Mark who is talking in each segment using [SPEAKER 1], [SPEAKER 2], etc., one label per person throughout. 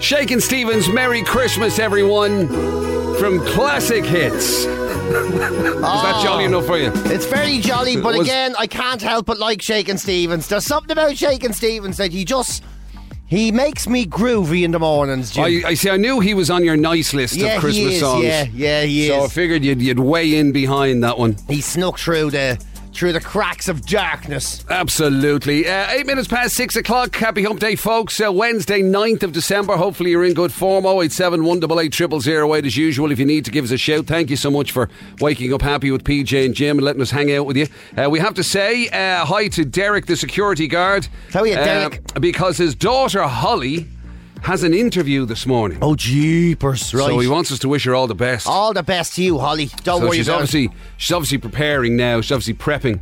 [SPEAKER 1] Shakin' Stevens, Merry Christmas, everyone, from Classic Hits. Is that
[SPEAKER 2] Ah.
[SPEAKER 1] jolly enough for you?
[SPEAKER 2] It's very jolly, but
[SPEAKER 1] It was-
[SPEAKER 2] again, I can't help but like Shakin' Stevens. There's something about Shakin' Stevens that he just he makes me groovy in the mornings. Jim.
[SPEAKER 1] I, I see. I knew he was on your nice list
[SPEAKER 2] yeah,
[SPEAKER 1] of Christmas
[SPEAKER 2] he is.
[SPEAKER 1] songs.
[SPEAKER 2] Yeah, yeah, he
[SPEAKER 1] So I
[SPEAKER 2] is.
[SPEAKER 1] figured you'd you'd weigh in behind that one.
[SPEAKER 2] he snuck through the through the cracks of darkness.
[SPEAKER 1] Absolutely. Uh, eight minutes past six o'clock. Happy Hump Day, folks. Uh, Wednesday, 9th of December. Hopefully, you're in good form. Oh, 087 188 008 as usual. If you need to give us a shout, thank you so much for waking up happy with PJ and Jim and letting us hang out with you. Uh, we have to say uh, hi to Derek, the security guard.
[SPEAKER 2] How are you,
[SPEAKER 1] Uh,
[SPEAKER 2] Oh, Derek?
[SPEAKER 1] because his daughter, Holly, has an interview this morning.
[SPEAKER 2] Oh jeepers, right?
[SPEAKER 1] So he wants us to wish her all the best.
[SPEAKER 2] All the best to you, Holly. Don't
[SPEAKER 1] So
[SPEAKER 2] worry
[SPEAKER 1] she's
[SPEAKER 2] about it.
[SPEAKER 1] obviously she's obviously preparing now. She's obviously prepping,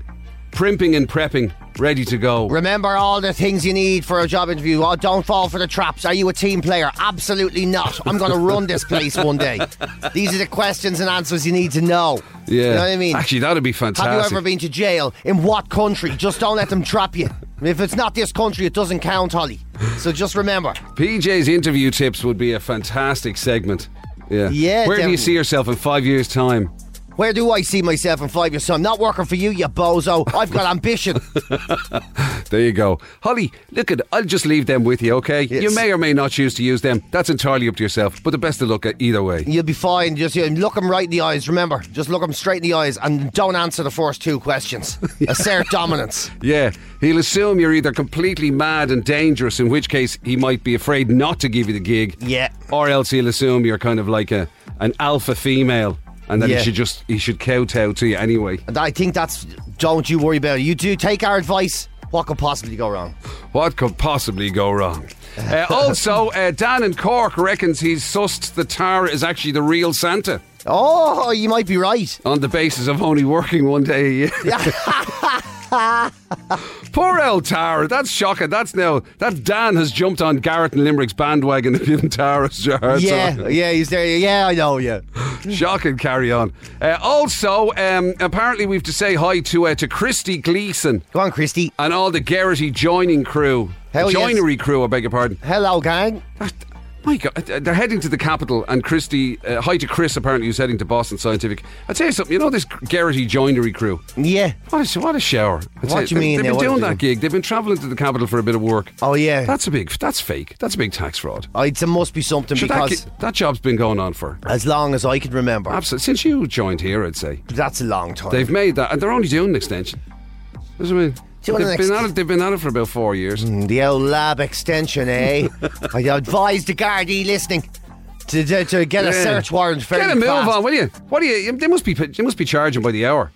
[SPEAKER 1] primping and prepping, ready to go.
[SPEAKER 2] Remember all the things you need for a job interview. Oh, don't fall for the traps. Are you a team player? Absolutely not. I'm going to run this place one day. These are the questions and answers you need to know.
[SPEAKER 1] yeah,
[SPEAKER 2] You know what I mean?
[SPEAKER 1] Actually, that'd be
[SPEAKER 2] Have
[SPEAKER 1] fantastic.
[SPEAKER 2] you ever been to jail? In what country? Just don't let them trap you. If it's not this country, it doesn't count, Holly. So just remember.
[SPEAKER 1] PJ's interview tips would be a fantastic segment. Yeah.
[SPEAKER 2] Yeah,
[SPEAKER 1] Where do
[SPEAKER 2] definitely.
[SPEAKER 1] you see yourself in five years' time?
[SPEAKER 2] Where do I see myself in five years? So I'm not working for you, you bozo. I've got ambition.
[SPEAKER 1] There you go, Holly. Look at. I'll just leave them with you, okay?
[SPEAKER 2] Yes.
[SPEAKER 1] You may or may not choose to use them. That's entirely up to yourself. But the best of luck at either way.
[SPEAKER 2] You'll be fine. Just you know, look them right in the eyes. Remember, just look them straight in the eyes and don't answer the first two questions. Assert dominance.
[SPEAKER 1] Yeah, he'll assume you're either completely mad and dangerous, in which case he might be afraid not to give you the gig.
[SPEAKER 2] Yeah.
[SPEAKER 1] or else he'll assume you're kind of like a an alpha female, and then
[SPEAKER 2] Yeah.
[SPEAKER 1] he should just he should kowtow to you anyway.
[SPEAKER 2] And I think that's. Don't you worry about it. You do take our advice. What could possibly go wrong?
[SPEAKER 1] What could possibly go wrong? Uh, also, uh, Dan in Cork reckons he's sussed the tar is actually the real Santa
[SPEAKER 2] Oh, you might be right.
[SPEAKER 1] on the basis of only working one day a year. Poor old Tara, that's shocking. That's now that Dan has jumped on Garrett and Limerick's bandwagon of giving Tara's jar.
[SPEAKER 2] yeah, yeah, he's there. Yeah, I know. Yeah.
[SPEAKER 1] Shocking carry on. Uh, also, um, apparently we've to say hi to uh, to Christy Gleeson
[SPEAKER 2] Go on, Christy.
[SPEAKER 1] and all the Geraghty joining crew.
[SPEAKER 2] Hell yes.
[SPEAKER 1] Joinery crew, I beg your pardon.
[SPEAKER 2] Hello, gang.
[SPEAKER 1] That- My God, uh, they're heading to the capital, and Christy, uh, hi to Chris, apparently, who's heading to Boston Scientific. I'll tell you something, you know, this Geraghty joinery crew,
[SPEAKER 2] Yeah.
[SPEAKER 1] what a, what a shower. I'll tell
[SPEAKER 2] What do you mean
[SPEAKER 1] They've
[SPEAKER 2] they
[SPEAKER 1] been
[SPEAKER 2] wanna
[SPEAKER 1] doing
[SPEAKER 2] do?
[SPEAKER 1] that gig, they've been travelling to the capital for a bit of work.
[SPEAKER 2] Oh yeah.
[SPEAKER 1] That's a big, that's fake, that's a big tax fraud.
[SPEAKER 2] Oh, it's- it must be something
[SPEAKER 1] Should that,
[SPEAKER 2] because
[SPEAKER 1] gi- that job's been going on for,
[SPEAKER 2] as long as I can remember,
[SPEAKER 1] absolutely, since you joined here, I'd say.
[SPEAKER 2] that's a long time.
[SPEAKER 1] They've made that, and they're only doing an extension. That's what I mean.
[SPEAKER 2] Doing an Mm,
[SPEAKER 1] They've been,
[SPEAKER 2] ext-
[SPEAKER 1] at it, they've been at it for about four years.
[SPEAKER 2] The old lab extension, eh? I advise the Gardaí listening to, to, to get a
[SPEAKER 1] Yeah.
[SPEAKER 2] search warrant very
[SPEAKER 1] Get a move
[SPEAKER 2] fast.
[SPEAKER 1] on, will you? What do you? They must be. They must be charging by the hour.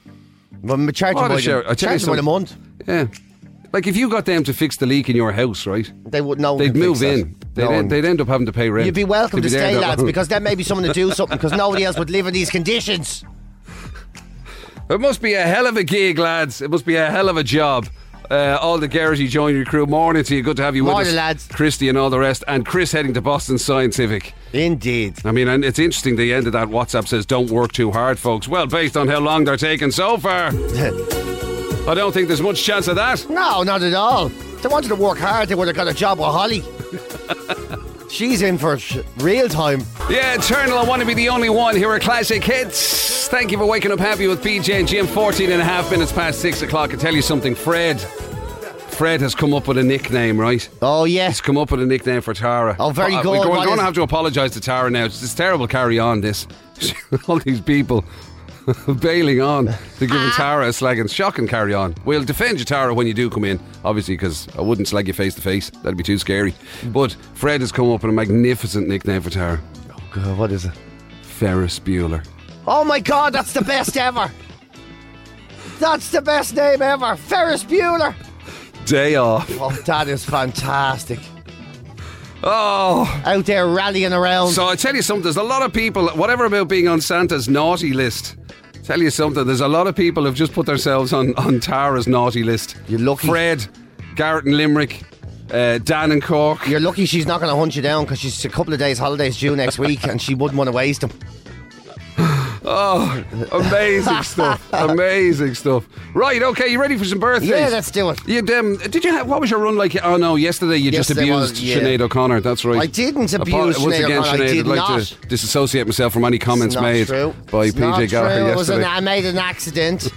[SPEAKER 2] Well, I'm charging
[SPEAKER 1] What a
[SPEAKER 2] by,
[SPEAKER 1] shout. I
[SPEAKER 2] the,
[SPEAKER 1] tell you
[SPEAKER 2] charging by the
[SPEAKER 1] something.
[SPEAKER 2] month.
[SPEAKER 1] Yeah. Like if you got them to fix the leak in your house, right?
[SPEAKER 2] They would no. one
[SPEAKER 1] They'd
[SPEAKER 2] can fix
[SPEAKER 1] move
[SPEAKER 2] that.
[SPEAKER 1] in. They'd,
[SPEAKER 2] No
[SPEAKER 1] end,
[SPEAKER 2] one-
[SPEAKER 1] they'd end up having to pay rent.
[SPEAKER 2] You'd be welcome
[SPEAKER 1] They'd
[SPEAKER 2] to
[SPEAKER 1] there
[SPEAKER 2] stay,
[SPEAKER 1] that
[SPEAKER 2] lads,
[SPEAKER 1] long.
[SPEAKER 2] because there may be someone to do something because nobody else would live in these conditions.
[SPEAKER 1] "Oh, it must be a hell of a gig, lads. It must be a hell of a job. Uh, all the Geraghty joinery crew, morning to you. Good to have you with
[SPEAKER 2] Morning,
[SPEAKER 1] us,
[SPEAKER 2] lads.
[SPEAKER 1] Christy and all the rest, and Chris heading to Boston Scientific.
[SPEAKER 2] Indeed.
[SPEAKER 1] I mean, and it's interesting. The end of that WhatsApp says, "Don't work too hard, folks." Well, based on how long they're taking so far, I don't think there's much chance of that.
[SPEAKER 2] No, not at all. If they wanted to work hard, they would have got a job with Holly. She's in for sh- real time.
[SPEAKER 1] Yeah, Eternal, I want to be the only one. Here are classic hits. Thank you for waking up happy with BJ and Jim. 14 and a half minutes past 6 o'clock. I tell you something, Fred. Fred has come up with a nickname, right?
[SPEAKER 2] Oh, yes.
[SPEAKER 1] He's come up with a nickname for Tara. Uh,
[SPEAKER 2] Oh, very good.
[SPEAKER 1] We're
[SPEAKER 2] What
[SPEAKER 1] going
[SPEAKER 2] is
[SPEAKER 1] to
[SPEAKER 2] it?
[SPEAKER 1] have to apologise to Tara now. It's, it's terrible carry on, this. All these people bailing on to
[SPEAKER 2] Ah.
[SPEAKER 1] giving Tara a slag and shock and carry on. We'll defend you, Tara, when you do come in, obviously, because I wouldn't slag you face to face. That'd be too scary. But Fred has come up with a magnificent nickname for Tara.
[SPEAKER 2] Oh, God, what is it?
[SPEAKER 1] Ferris Bueller.
[SPEAKER 2] Oh my god, that's the best ever! That's the best name ever! Ferris Bueller!
[SPEAKER 1] Day off.
[SPEAKER 2] Oh, that is fantastic.
[SPEAKER 1] Oh,
[SPEAKER 2] Out there rallying around.
[SPEAKER 1] so I tell you something. There's a lot of people. Whatever about being on Santa's naughty list. Tell you something. There's a lot of people who've just put themselves on on Tara's naughty list.
[SPEAKER 2] You're lucky.
[SPEAKER 1] Fred, Garrett and Limerick, uh, Dan and Cork.
[SPEAKER 2] You're lucky she's not going to hunt you down because she's a couple of days' holidays due next week and she wouldn't want to waste them.
[SPEAKER 1] Oh, amazing stuff! Amazing stuff. Right, okay, you ready for some birthdays?
[SPEAKER 2] Yeah, let's do it.
[SPEAKER 1] You, um, did you have what was your run like? Oh no, yesterday you just
[SPEAKER 2] Yesterday
[SPEAKER 1] abused
[SPEAKER 2] was- yeah.
[SPEAKER 1] Sinead O'Connor. That's right.
[SPEAKER 2] I didn't
[SPEAKER 1] Apo- Once
[SPEAKER 2] abuse Sinead
[SPEAKER 1] again,
[SPEAKER 2] O'Connor, I
[SPEAKER 1] Sinead,
[SPEAKER 2] did
[SPEAKER 1] would like to
[SPEAKER 2] not.
[SPEAKER 1] disassociate myself from any
[SPEAKER 2] It's
[SPEAKER 1] comments
[SPEAKER 2] not
[SPEAKER 1] made
[SPEAKER 2] true.
[SPEAKER 1] by
[SPEAKER 2] It's not
[SPEAKER 1] PJ Gallagher
[SPEAKER 2] true. It was an,
[SPEAKER 1] yesterday.
[SPEAKER 2] I made an accident.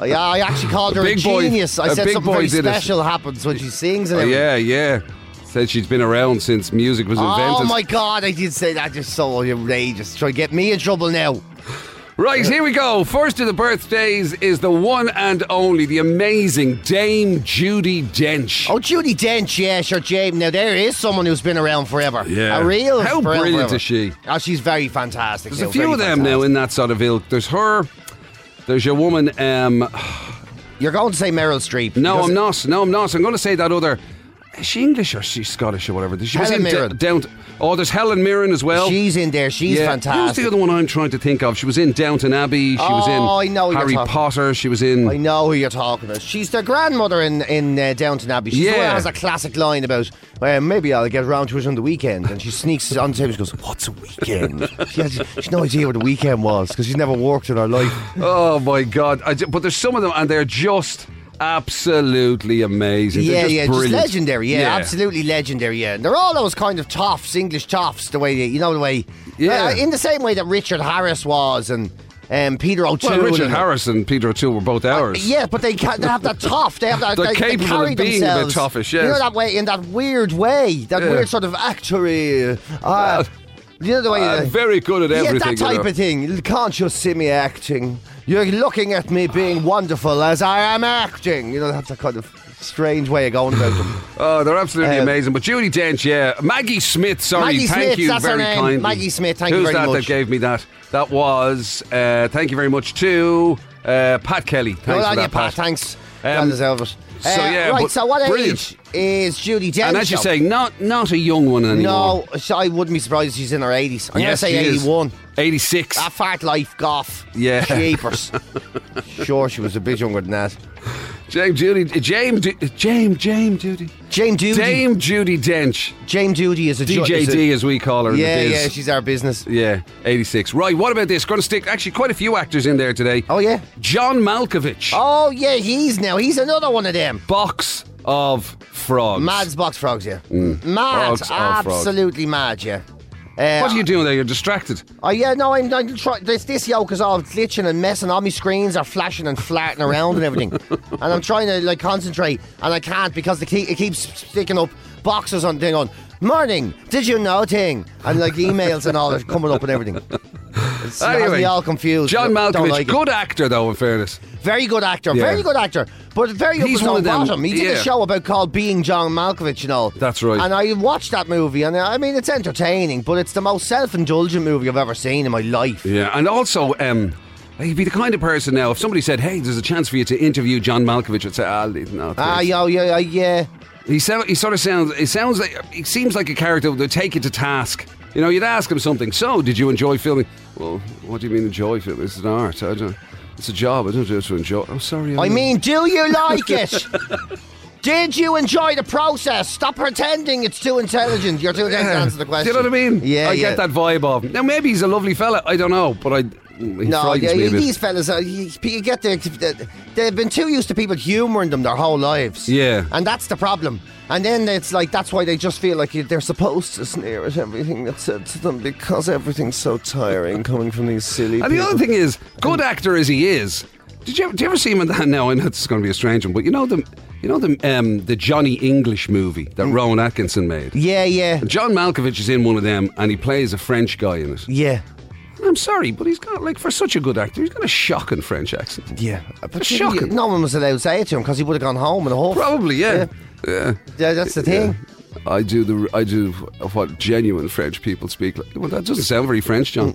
[SPEAKER 2] I, I actually called her a
[SPEAKER 1] big boy-
[SPEAKER 2] genius. I
[SPEAKER 1] a
[SPEAKER 2] said
[SPEAKER 1] big
[SPEAKER 2] something
[SPEAKER 1] boy
[SPEAKER 2] very
[SPEAKER 1] did it.
[SPEAKER 2] special happens when she sings. And
[SPEAKER 1] Oh,
[SPEAKER 2] everything.
[SPEAKER 1] yeah, yeah. Said she's been around since music was invented.
[SPEAKER 2] Oh my god, I did say that. Just so outrageous. Try to get me in trouble now.
[SPEAKER 1] Right, here we go. First of the birthdays is the one and only, the amazing Dame Judy Dench.
[SPEAKER 2] Oh, Judy Dench, yeah, sure, James. Now there is someone who's been around forever.
[SPEAKER 1] Yeah.
[SPEAKER 2] a real.
[SPEAKER 1] How
[SPEAKER 2] forever,
[SPEAKER 1] brilliant
[SPEAKER 2] forever.
[SPEAKER 1] is she?
[SPEAKER 2] Oh, she's very fantastic.
[SPEAKER 1] There's a
[SPEAKER 2] now,
[SPEAKER 1] few
[SPEAKER 2] very
[SPEAKER 1] of them now
[SPEAKER 2] fantastic.
[SPEAKER 1] in that sort of ilk. There's her. There's your woman. Um,
[SPEAKER 2] You're going to say Meryl Streep?
[SPEAKER 1] no,
[SPEAKER 2] because-
[SPEAKER 1] I'm not. No, I'm not. I'm going to say that other. Is she English or she's Scottish or whatever? She was
[SPEAKER 2] Helen
[SPEAKER 1] in D-
[SPEAKER 2] Mirren.
[SPEAKER 1] Downt- oh, there's Helen Mirren as well.
[SPEAKER 2] She's in there. She's
[SPEAKER 1] Who's
[SPEAKER 2] fantastic.
[SPEAKER 1] the other one I'm trying to think of? She was in Downton Abbey. She was
[SPEAKER 2] Oh, I
[SPEAKER 1] in
[SPEAKER 2] know who you're
[SPEAKER 1] Harry
[SPEAKER 2] talking-
[SPEAKER 1] Potter. She was in.
[SPEAKER 2] I know who you're talking about. She's their grandmother in in uh, Downton Abbey. She's the one
[SPEAKER 1] Yeah.
[SPEAKER 2] that has a classic line about well, maybe I'll get around to it on the weekend, and she sneaks on the table. She goes, "What's a weekend?" she has she's no idea what the weekend was because she's never worked in her life.
[SPEAKER 1] Oh my god! I ju- but there's some of them, and they're just absolutely amazing. They're
[SPEAKER 2] yeah,
[SPEAKER 1] just
[SPEAKER 2] yeah,
[SPEAKER 1] brilliant.
[SPEAKER 2] just legendary. Yeah, absolutely legendary. Yeah, and they're all those kind of toffs, English toffs, the way they, you know the way.
[SPEAKER 1] Yeah.
[SPEAKER 2] Uh, in the same way that Richard Harris was and um, Peter O'Toole.
[SPEAKER 1] Well, Richard
[SPEAKER 2] and-
[SPEAKER 1] Harris and Peter O'Toole were both ours.
[SPEAKER 2] Uh, Yeah, but they can't, they have that tough. They have that.
[SPEAKER 1] They're
[SPEAKER 2] they, they
[SPEAKER 1] capable
[SPEAKER 2] carry
[SPEAKER 1] of being a bit
[SPEAKER 2] themselves.
[SPEAKER 1] toughish,
[SPEAKER 2] You
[SPEAKER 1] yes.
[SPEAKER 2] know that way in that weird way, that
[SPEAKER 1] Yeah.
[SPEAKER 2] weird sort of actory. Uh, you know the way.
[SPEAKER 1] I'm
[SPEAKER 2] uh,
[SPEAKER 1] very good at
[SPEAKER 2] yeah,
[SPEAKER 1] everything.
[SPEAKER 2] that
[SPEAKER 1] you
[SPEAKER 2] type
[SPEAKER 1] know.
[SPEAKER 2] of thing. You Can't you see me acting? You're looking at me being wonderful as I am acting. You know that's a kind of strange way of going about them.
[SPEAKER 1] Oh, they're absolutely
[SPEAKER 2] Uh,
[SPEAKER 1] amazing. But Judy Dench, yeah, Maggie Smith. Sorry,
[SPEAKER 2] Maggie
[SPEAKER 1] thank
[SPEAKER 2] Smith,
[SPEAKER 1] you
[SPEAKER 2] that's her
[SPEAKER 1] very
[SPEAKER 2] name.
[SPEAKER 1] kindly.
[SPEAKER 2] Maggie Smith, thank you
[SPEAKER 1] Who's
[SPEAKER 2] very
[SPEAKER 1] that that
[SPEAKER 2] much.
[SPEAKER 1] gave me that? That was uh, thank you very much to uh, Pat Kelly. Thanks
[SPEAKER 2] Well
[SPEAKER 1] for
[SPEAKER 2] on
[SPEAKER 1] that,
[SPEAKER 2] you, Pat. Thanks.
[SPEAKER 1] Um,
[SPEAKER 2] Um, Elvis.
[SPEAKER 1] so, yeah,
[SPEAKER 2] right.
[SPEAKER 1] but
[SPEAKER 2] So what
[SPEAKER 1] brilliant.
[SPEAKER 2] age is Judy Dench?
[SPEAKER 1] And as you
[SPEAKER 2] though?
[SPEAKER 1] say, not not a young one anymore.
[SPEAKER 2] no, so I wouldn't be surprised. if She's in her eighties. I'm
[SPEAKER 1] yes,
[SPEAKER 2] gonna say
[SPEAKER 1] she is.
[SPEAKER 2] eighty-one.
[SPEAKER 1] Eighty-six.
[SPEAKER 2] That fat life goff.
[SPEAKER 1] Yeah.
[SPEAKER 2] Jeepers. sure, she was a bit younger than that.
[SPEAKER 1] James Judy. James. Du- James. James Judy.
[SPEAKER 2] Jane Judy.
[SPEAKER 1] Dame Judy Dench,
[SPEAKER 2] Jane Judy is a ju- is
[SPEAKER 1] DJD as we call her
[SPEAKER 2] A,
[SPEAKER 1] in
[SPEAKER 2] yeah,
[SPEAKER 1] the biz.
[SPEAKER 2] yeah, she's our business.
[SPEAKER 1] Yeah, 86. Right, what about this? Going to stick actually quite a few actors in there today.
[SPEAKER 2] Oh yeah.
[SPEAKER 1] John Malkovich,
[SPEAKER 2] Oh yeah, he's now. He's another one of them.
[SPEAKER 1] box of frogs.
[SPEAKER 2] Mad's box frogs, yeah. Mad,
[SPEAKER 1] Mm. Frogs are frogs.
[SPEAKER 2] absolutely mad, yeah. Uh,
[SPEAKER 1] What are you doing there? You're distracted.
[SPEAKER 2] Oh yeah, no, I'm, I'm try- this this yoke is all glitching and messing. All my screens are flashing and flatting around and everything, and I'm trying to like concentrate and I can't because the key it keeps sticking up boxes on thing on. Morning, did you know thing? And like emails and all that coming up and everything. It's it has
[SPEAKER 1] Anyway,
[SPEAKER 2] me all confused.
[SPEAKER 1] John
[SPEAKER 2] Don't
[SPEAKER 1] Malkovich,
[SPEAKER 2] like it.
[SPEAKER 1] good actor though, in fairness.
[SPEAKER 2] very good actor,
[SPEAKER 1] Yeah.
[SPEAKER 2] very good actor, but very
[SPEAKER 1] He's
[SPEAKER 2] up
[SPEAKER 1] one
[SPEAKER 2] his own
[SPEAKER 1] of them,
[SPEAKER 2] bottom. He did
[SPEAKER 1] yeah.
[SPEAKER 2] a show about called Being John Malkovich and all.
[SPEAKER 1] That's right.
[SPEAKER 2] And I watched that movie, and I mean it's entertaining, but it's the most self-indulgent movie I've ever seen in my life.
[SPEAKER 1] Yeah, and also, um, he'd be the kind of person now, if somebody said, hey, there's a chance for you to interview John Malkovich, I'd say, ah, no.
[SPEAKER 2] Ah,
[SPEAKER 1] thanks."
[SPEAKER 2] yeah, yeah, yeah, yeah.
[SPEAKER 1] He, sound, he sort of sounds. He sounds like. He seems like a character that would take you to task. You know, you'd ask him something. So, did you enjoy filming? Well, what do you mean enjoy filming? It's an art. I don't, it's a job. I don't do it to enjoy. I'm sorry. um,
[SPEAKER 2] I
[SPEAKER 1] don't-
[SPEAKER 2] mean, do you like it? Did you enjoy the process? Stop pretending it's too intelligent. You're too intelligent to answer the
[SPEAKER 1] Do
[SPEAKER 2] question.
[SPEAKER 1] you know what I mean?
[SPEAKER 2] Yeah,
[SPEAKER 1] I
[SPEAKER 2] yeah.
[SPEAKER 1] get that vibe of him. Now, maybe he's a lovely fella. I don't know, but I. He
[SPEAKER 2] No,
[SPEAKER 1] frightens
[SPEAKER 2] yeah,
[SPEAKER 1] me a bit.
[SPEAKER 2] these fellas, are, you, you get the, the- they've been too used to people humouring them their whole lives.
[SPEAKER 1] Yeah.
[SPEAKER 2] and that's the problem. And then it's like that's why they just feel like you- they're supposed to sneer at everything that's said to them because everything's so tiring coming from these silly.
[SPEAKER 1] And the
[SPEAKER 2] people.
[SPEAKER 1] other thing is, good actor as he is, did you, did you ever see him in that? Now I know this is going to be a strange one, but you know the you know the um, the Johnny English movie that
[SPEAKER 2] Hmm.
[SPEAKER 1] Rowan Atkinson made.
[SPEAKER 2] yeah, yeah,
[SPEAKER 1] John Malkovich is in one of them, and he plays a French guy in it.
[SPEAKER 2] yeah,
[SPEAKER 1] I'm sorry, but he's got like for such a good actor, he's got a shocking French accent.
[SPEAKER 2] yeah. But
[SPEAKER 1] It's
[SPEAKER 2] you- you-
[SPEAKER 1] shocking.
[SPEAKER 2] No one was allowed to say it to him because he would have gone home and a whole.
[SPEAKER 1] Probably, yeah. Yeah.
[SPEAKER 2] Yeah, that's the
[SPEAKER 1] yeah.
[SPEAKER 2] thing.
[SPEAKER 1] I do the I do what genuine French people speak. like. Well, that doesn't sound very French, John.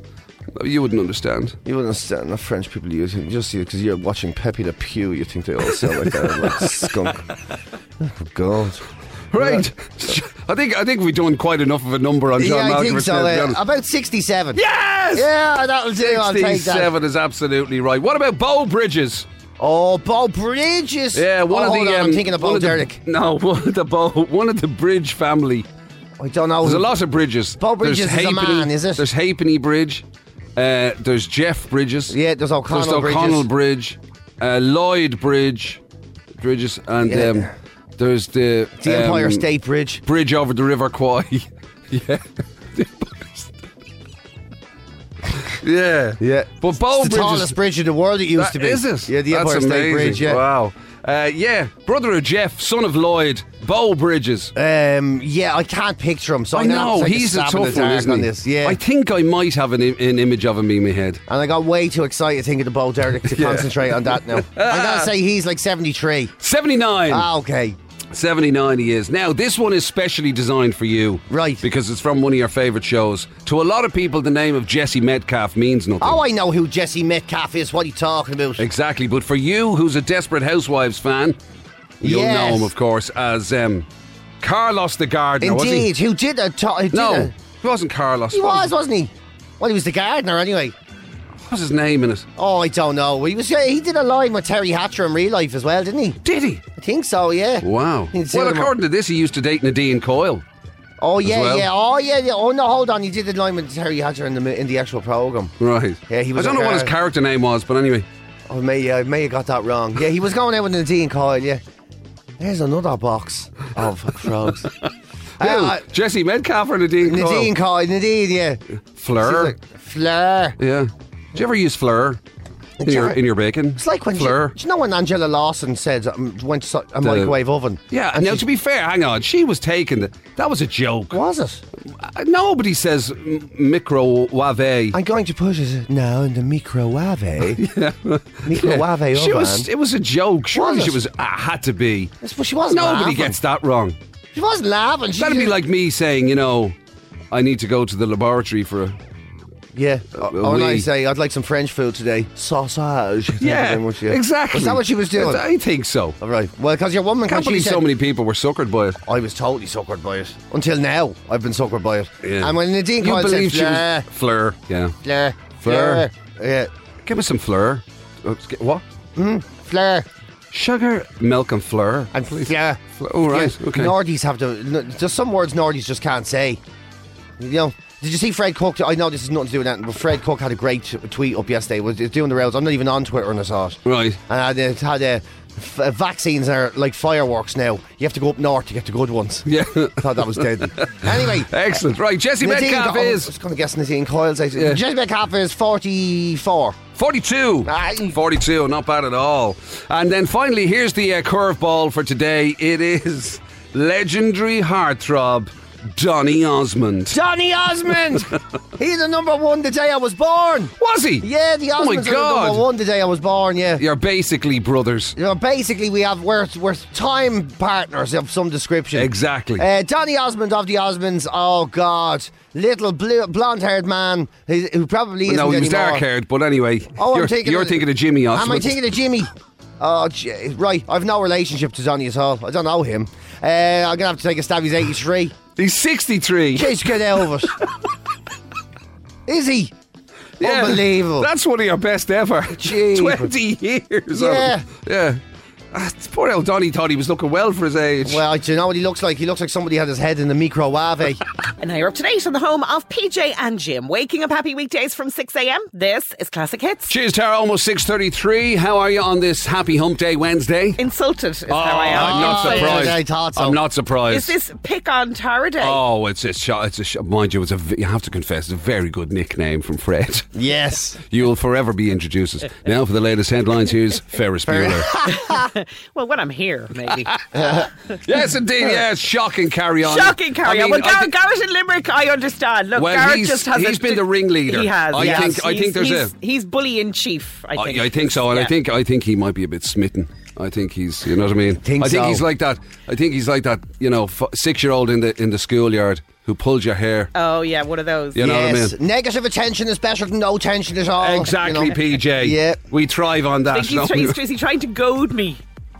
[SPEAKER 1] You wouldn't understand.
[SPEAKER 2] You wouldn't understand the French people you think just because you're watching Pepe Le Pew, you think they all sound like that, like skunk. Oh, God.
[SPEAKER 1] Right. I think I think we've done quite enough of a number on John
[SPEAKER 2] yeah, I
[SPEAKER 1] Malkovich.
[SPEAKER 2] think so.
[SPEAKER 1] now, to be
[SPEAKER 2] uh,
[SPEAKER 1] honest.
[SPEAKER 2] about 67.
[SPEAKER 1] yes.
[SPEAKER 2] Yeah, that'll do. I'll take that.
[SPEAKER 1] 67 is absolutely right. What about Bo Bridges?
[SPEAKER 2] Oh, Bo Bridges.
[SPEAKER 1] Yeah, one
[SPEAKER 2] oh,
[SPEAKER 1] of the.
[SPEAKER 2] hold on, I'm
[SPEAKER 1] um,
[SPEAKER 2] thinking of
[SPEAKER 1] one
[SPEAKER 2] Bo
[SPEAKER 1] the-
[SPEAKER 2] Derek.
[SPEAKER 1] no, one of the Bo, one of the Bridge family.
[SPEAKER 2] I don't know.
[SPEAKER 1] There's a
[SPEAKER 2] who-
[SPEAKER 1] lot of bridges.
[SPEAKER 2] Bo Bridges
[SPEAKER 1] There's
[SPEAKER 2] is a
[SPEAKER 1] Ha'penny-
[SPEAKER 2] man, is it?
[SPEAKER 1] There's Halfpenny Bridge. Uh, there's Jeff Bridges.
[SPEAKER 2] Yeah, there's O'Connell
[SPEAKER 1] There's O'Connell Bridge. Uh, Lloyd Bridge. Bridges. And
[SPEAKER 2] Yeah.
[SPEAKER 1] um, there's the.
[SPEAKER 2] The
[SPEAKER 1] um,
[SPEAKER 2] Empire State Bridge.
[SPEAKER 1] Bridge over the River Kwai. yeah. yeah.
[SPEAKER 2] Yeah.
[SPEAKER 1] But Bow
[SPEAKER 2] It's the
[SPEAKER 1] Bridges.
[SPEAKER 2] tallest bridge in the world. It used
[SPEAKER 1] That
[SPEAKER 2] to be.
[SPEAKER 1] is it?
[SPEAKER 2] Yeah, the
[SPEAKER 1] That's
[SPEAKER 2] Empire State
[SPEAKER 1] amazing.
[SPEAKER 2] Bridge. Yeah.
[SPEAKER 1] Wow. Uh, yeah, brother of Jeff, son of Lloyd, Bow Bridges.
[SPEAKER 2] Um, yeah, I can't picture him. So
[SPEAKER 1] I
[SPEAKER 2] I'm gonna have to
[SPEAKER 1] know
[SPEAKER 2] take
[SPEAKER 1] he's a
[SPEAKER 2] stab in
[SPEAKER 1] tough
[SPEAKER 2] the
[SPEAKER 1] one,
[SPEAKER 2] dark
[SPEAKER 1] isn't
[SPEAKER 2] on
[SPEAKER 1] he?
[SPEAKER 2] this. Yeah.
[SPEAKER 1] I think I might have an, i- an image of him in my head.
[SPEAKER 2] and I got way too excited thinking about Derek to concentrate on that now. I'm gonna say he's like 73.
[SPEAKER 1] Seventy-nine.
[SPEAKER 2] Ah, okay.
[SPEAKER 1] 79 he is. Now, this one is specially designed for you.
[SPEAKER 2] Right.
[SPEAKER 1] Because it's from one of your favourite shows. To a lot of people, the name of Jesse Metcalf means nothing.
[SPEAKER 2] Oh, I know who Jesse Metcalf is. What are you talking about?
[SPEAKER 1] Exactly. But for you, who's a Desperate Housewives fan, you'll
[SPEAKER 2] Yes.
[SPEAKER 1] know him, of course, as um, Carlos the Gardener, was he?
[SPEAKER 2] Indeed. Who did a to- who did
[SPEAKER 1] No,
[SPEAKER 2] a-
[SPEAKER 1] it wasn't Carlos.
[SPEAKER 2] He
[SPEAKER 1] What
[SPEAKER 2] was, wasn't he? Well, he was the gardener anyway.
[SPEAKER 1] what was his name in it?
[SPEAKER 2] Oh, I don't know. He was. Yeah, he did a line with Terry Hatcher in real life as well, didn't he?
[SPEAKER 1] Did he?
[SPEAKER 2] I think so. Yeah.
[SPEAKER 1] Wow.
[SPEAKER 2] He'd
[SPEAKER 1] Well,
[SPEAKER 2] seen him-
[SPEAKER 1] according to this, he used to date Nadine Coyle.
[SPEAKER 2] Oh yeah,
[SPEAKER 1] well.
[SPEAKER 2] yeah. Oh yeah, yeah. Oh no, hold on. He did the line with Terry Hatcher in the mo- in the actual program.
[SPEAKER 1] Right.
[SPEAKER 2] Yeah, he was uh,
[SPEAKER 1] I don't
[SPEAKER 2] a
[SPEAKER 1] know what his
[SPEAKER 2] gar-
[SPEAKER 1] character name was, but anyway.
[SPEAKER 2] I Oh, may I may have got that wrong. Yeah, he was going out with Nadine Coyle. Yeah. There's another box of frogs. Uh, uh,
[SPEAKER 1] Who? Jesse Metcalf or Nadine,
[SPEAKER 2] Nadine Coyle, Nadine, yeah.
[SPEAKER 1] Oh. Fleur.
[SPEAKER 2] She's like, Fleur.
[SPEAKER 1] Yeah. Did you ever use Fleur in
[SPEAKER 2] Did you
[SPEAKER 1] your,
[SPEAKER 2] ever-
[SPEAKER 1] in your bacon?
[SPEAKER 2] It's like when
[SPEAKER 1] Fleur.
[SPEAKER 2] She, do you know when Angela Lawson said um, went to so- a microwave oven.
[SPEAKER 1] yeah,
[SPEAKER 2] and
[SPEAKER 1] now
[SPEAKER 2] she-
[SPEAKER 1] to be fair, hang on. She was taken. th- That was a joke.
[SPEAKER 2] was it?
[SPEAKER 1] Uh, Nobody says m- microwave.
[SPEAKER 2] I'm going to put it now in the microwave. Microwave oven.
[SPEAKER 1] She was. It was a joke. Surely
[SPEAKER 2] Was it?
[SPEAKER 1] she was. Uh, had to be.
[SPEAKER 2] but she wasn't
[SPEAKER 1] Nobody
[SPEAKER 2] laughing.
[SPEAKER 1] gets that wrong.
[SPEAKER 2] She wasn't laughing. She
[SPEAKER 1] That'd be
[SPEAKER 2] just-
[SPEAKER 1] like me saying, you know, I need to go to the laboratory for a.
[SPEAKER 2] Yeah. Oh,
[SPEAKER 1] Uh, we-
[SPEAKER 2] and I say, I'd like some French food today. Sausage. Thank you
[SPEAKER 1] Yeah,
[SPEAKER 2] very much,
[SPEAKER 1] exactly.
[SPEAKER 2] Was that what she was doing?
[SPEAKER 1] I think so.
[SPEAKER 2] All right. Well, because your woman
[SPEAKER 1] I can't
[SPEAKER 2] when she
[SPEAKER 1] believe
[SPEAKER 2] said,
[SPEAKER 1] so many people were suckered by it.
[SPEAKER 2] I was totally suckered by it. Until now, I've been suckered by it.
[SPEAKER 1] Yeah.
[SPEAKER 2] And when Nadine
[SPEAKER 1] you
[SPEAKER 2] Coyle said,
[SPEAKER 1] believe she was
[SPEAKER 2] "Flair,
[SPEAKER 1] Fleur? Yeah.
[SPEAKER 2] Flair,
[SPEAKER 1] Fleur.
[SPEAKER 2] Flair, yeah,
[SPEAKER 1] Give us some Fleur. Uh, What?
[SPEAKER 2] Flair,
[SPEAKER 1] Sugar, milk, and Fleur.
[SPEAKER 2] and Flair.
[SPEAKER 1] Fl- oh, right, okay.
[SPEAKER 2] Nordies have to. no, There's some words Nordies just can't say. You know. Did you see Fred Cook? I know this is nothing to do with that, but Fred Cook had a great t- tweet up yesterday. Was doing the rounds. I'm not even on Twitter and I saw it.
[SPEAKER 1] Right.
[SPEAKER 2] and it had uh, f- uh, vaccines are like fireworks now. You have to go up north to get the good ones.
[SPEAKER 1] Yeah.
[SPEAKER 2] thought that was deadly. anyway,
[SPEAKER 1] Excellent. Right, Jesse
[SPEAKER 2] Nadine
[SPEAKER 1] Metcalf
[SPEAKER 2] Go- I
[SPEAKER 1] is
[SPEAKER 2] was going to guess Nadine Coyle's age.
[SPEAKER 1] Yeah.
[SPEAKER 2] Jesse Metcalf is forty-four.
[SPEAKER 1] 42.
[SPEAKER 2] Aye.
[SPEAKER 1] 42, not bad at all. And then finally, here's the uh, curveball for today. It is legendary heartthrob Donny Osmond.
[SPEAKER 2] Johnny Osmond. He's the number one the day I was born.
[SPEAKER 1] Was he?
[SPEAKER 2] Yeah, the
[SPEAKER 1] Oh my
[SPEAKER 2] Osmonds are the
[SPEAKER 1] God.
[SPEAKER 2] number one the day I was born. Yeah.
[SPEAKER 1] You're basically brothers.
[SPEAKER 2] You know, basically, we have we're, we're time partners of some description.
[SPEAKER 1] Exactly.
[SPEAKER 2] Uh, Donny Osmond of the Osmonds. Oh God, little blue, blonde-haired man who, who probably isn't
[SPEAKER 1] no, he was
[SPEAKER 2] anymore.
[SPEAKER 1] dark haired, but anyway.
[SPEAKER 2] Oh,
[SPEAKER 1] you're
[SPEAKER 2] I'm thinking.
[SPEAKER 1] you're
[SPEAKER 2] of,
[SPEAKER 1] thinking of Jimmy Osmond.
[SPEAKER 2] Am I thinking of Jimmy? Oh, j- right. I've no relationship to Donny at all. I don't know him. Uh, I'm gonna have to take a stab. He's 83.
[SPEAKER 1] He's 63.
[SPEAKER 2] Jeez, get out of it. Is he?
[SPEAKER 1] Yeah,
[SPEAKER 2] Unbelievable.
[SPEAKER 1] That's one of your best ever.
[SPEAKER 2] Gee.
[SPEAKER 1] 20 years. of-
[SPEAKER 2] Yeah.
[SPEAKER 1] yeah. Ah, poor old Donny thought he was looking well for his age.
[SPEAKER 2] Well, do you know what he looks like? He looks like somebody had his head in the microwave.
[SPEAKER 3] And now you're up to date on the home of PJ and Jim. Waking up happy weekdays from 6 a.m. This is Classic Hits.
[SPEAKER 1] Cheers, Tara. Almost 6.33. How are you on this happy hump day Wednesday?
[SPEAKER 3] Insulted is
[SPEAKER 1] Oh,
[SPEAKER 3] how I am.
[SPEAKER 1] I'm not
[SPEAKER 2] Oh, yeah,
[SPEAKER 1] surprised.
[SPEAKER 2] I thought so.
[SPEAKER 1] I'm not surprised.
[SPEAKER 3] Is this pick on Tara Day?
[SPEAKER 1] Oh, it's a shot. It's a shot. Mind you, it's a. v- You have to confess, it's a very good nickname from Fred.
[SPEAKER 2] yes.
[SPEAKER 1] You will forever be introduced. as- Now for the latest headlines. Here's Ferris Bueller.
[SPEAKER 3] Well, when I'm here, maybe.
[SPEAKER 1] yes, indeed. Yes, shocking carry on.
[SPEAKER 3] Shocking carry
[SPEAKER 1] I
[SPEAKER 3] on.
[SPEAKER 1] mean,
[SPEAKER 3] Well,
[SPEAKER 1] I
[SPEAKER 3] Gar-
[SPEAKER 1] think-
[SPEAKER 3] Garrett in Limerick, I understand. Look,
[SPEAKER 1] Well,
[SPEAKER 3] Garrett
[SPEAKER 1] he's-
[SPEAKER 3] just has.
[SPEAKER 1] he's
[SPEAKER 3] a,
[SPEAKER 1] been the ringleader.
[SPEAKER 3] He has.
[SPEAKER 1] I
[SPEAKER 3] yes.
[SPEAKER 1] think- I
[SPEAKER 3] He's-
[SPEAKER 1] think there's
[SPEAKER 3] he's,
[SPEAKER 1] a-
[SPEAKER 3] He's bully in chief. I think.
[SPEAKER 1] I, I think so, and I
[SPEAKER 3] Yeah.
[SPEAKER 1] think I think he might be a bit smitten. I think he's, you know what I mean.
[SPEAKER 2] Think
[SPEAKER 1] I think
[SPEAKER 2] so.
[SPEAKER 1] he's like that. I think he's like that. You know, f- six-year-old in the in the schoolyard who pulls your hair.
[SPEAKER 3] Oh yeah, one of those.
[SPEAKER 1] You know what I
[SPEAKER 2] yes.
[SPEAKER 1] mean?
[SPEAKER 2] Negative attention is better than no attention at all.
[SPEAKER 3] oh,
[SPEAKER 2] you
[SPEAKER 1] exactly,
[SPEAKER 2] know.
[SPEAKER 1] PJ.
[SPEAKER 2] Yeah.
[SPEAKER 1] we thrive on that.
[SPEAKER 3] I think he's,
[SPEAKER 1] don't
[SPEAKER 3] try-
[SPEAKER 1] we?
[SPEAKER 3] he's, he's trying to goad me.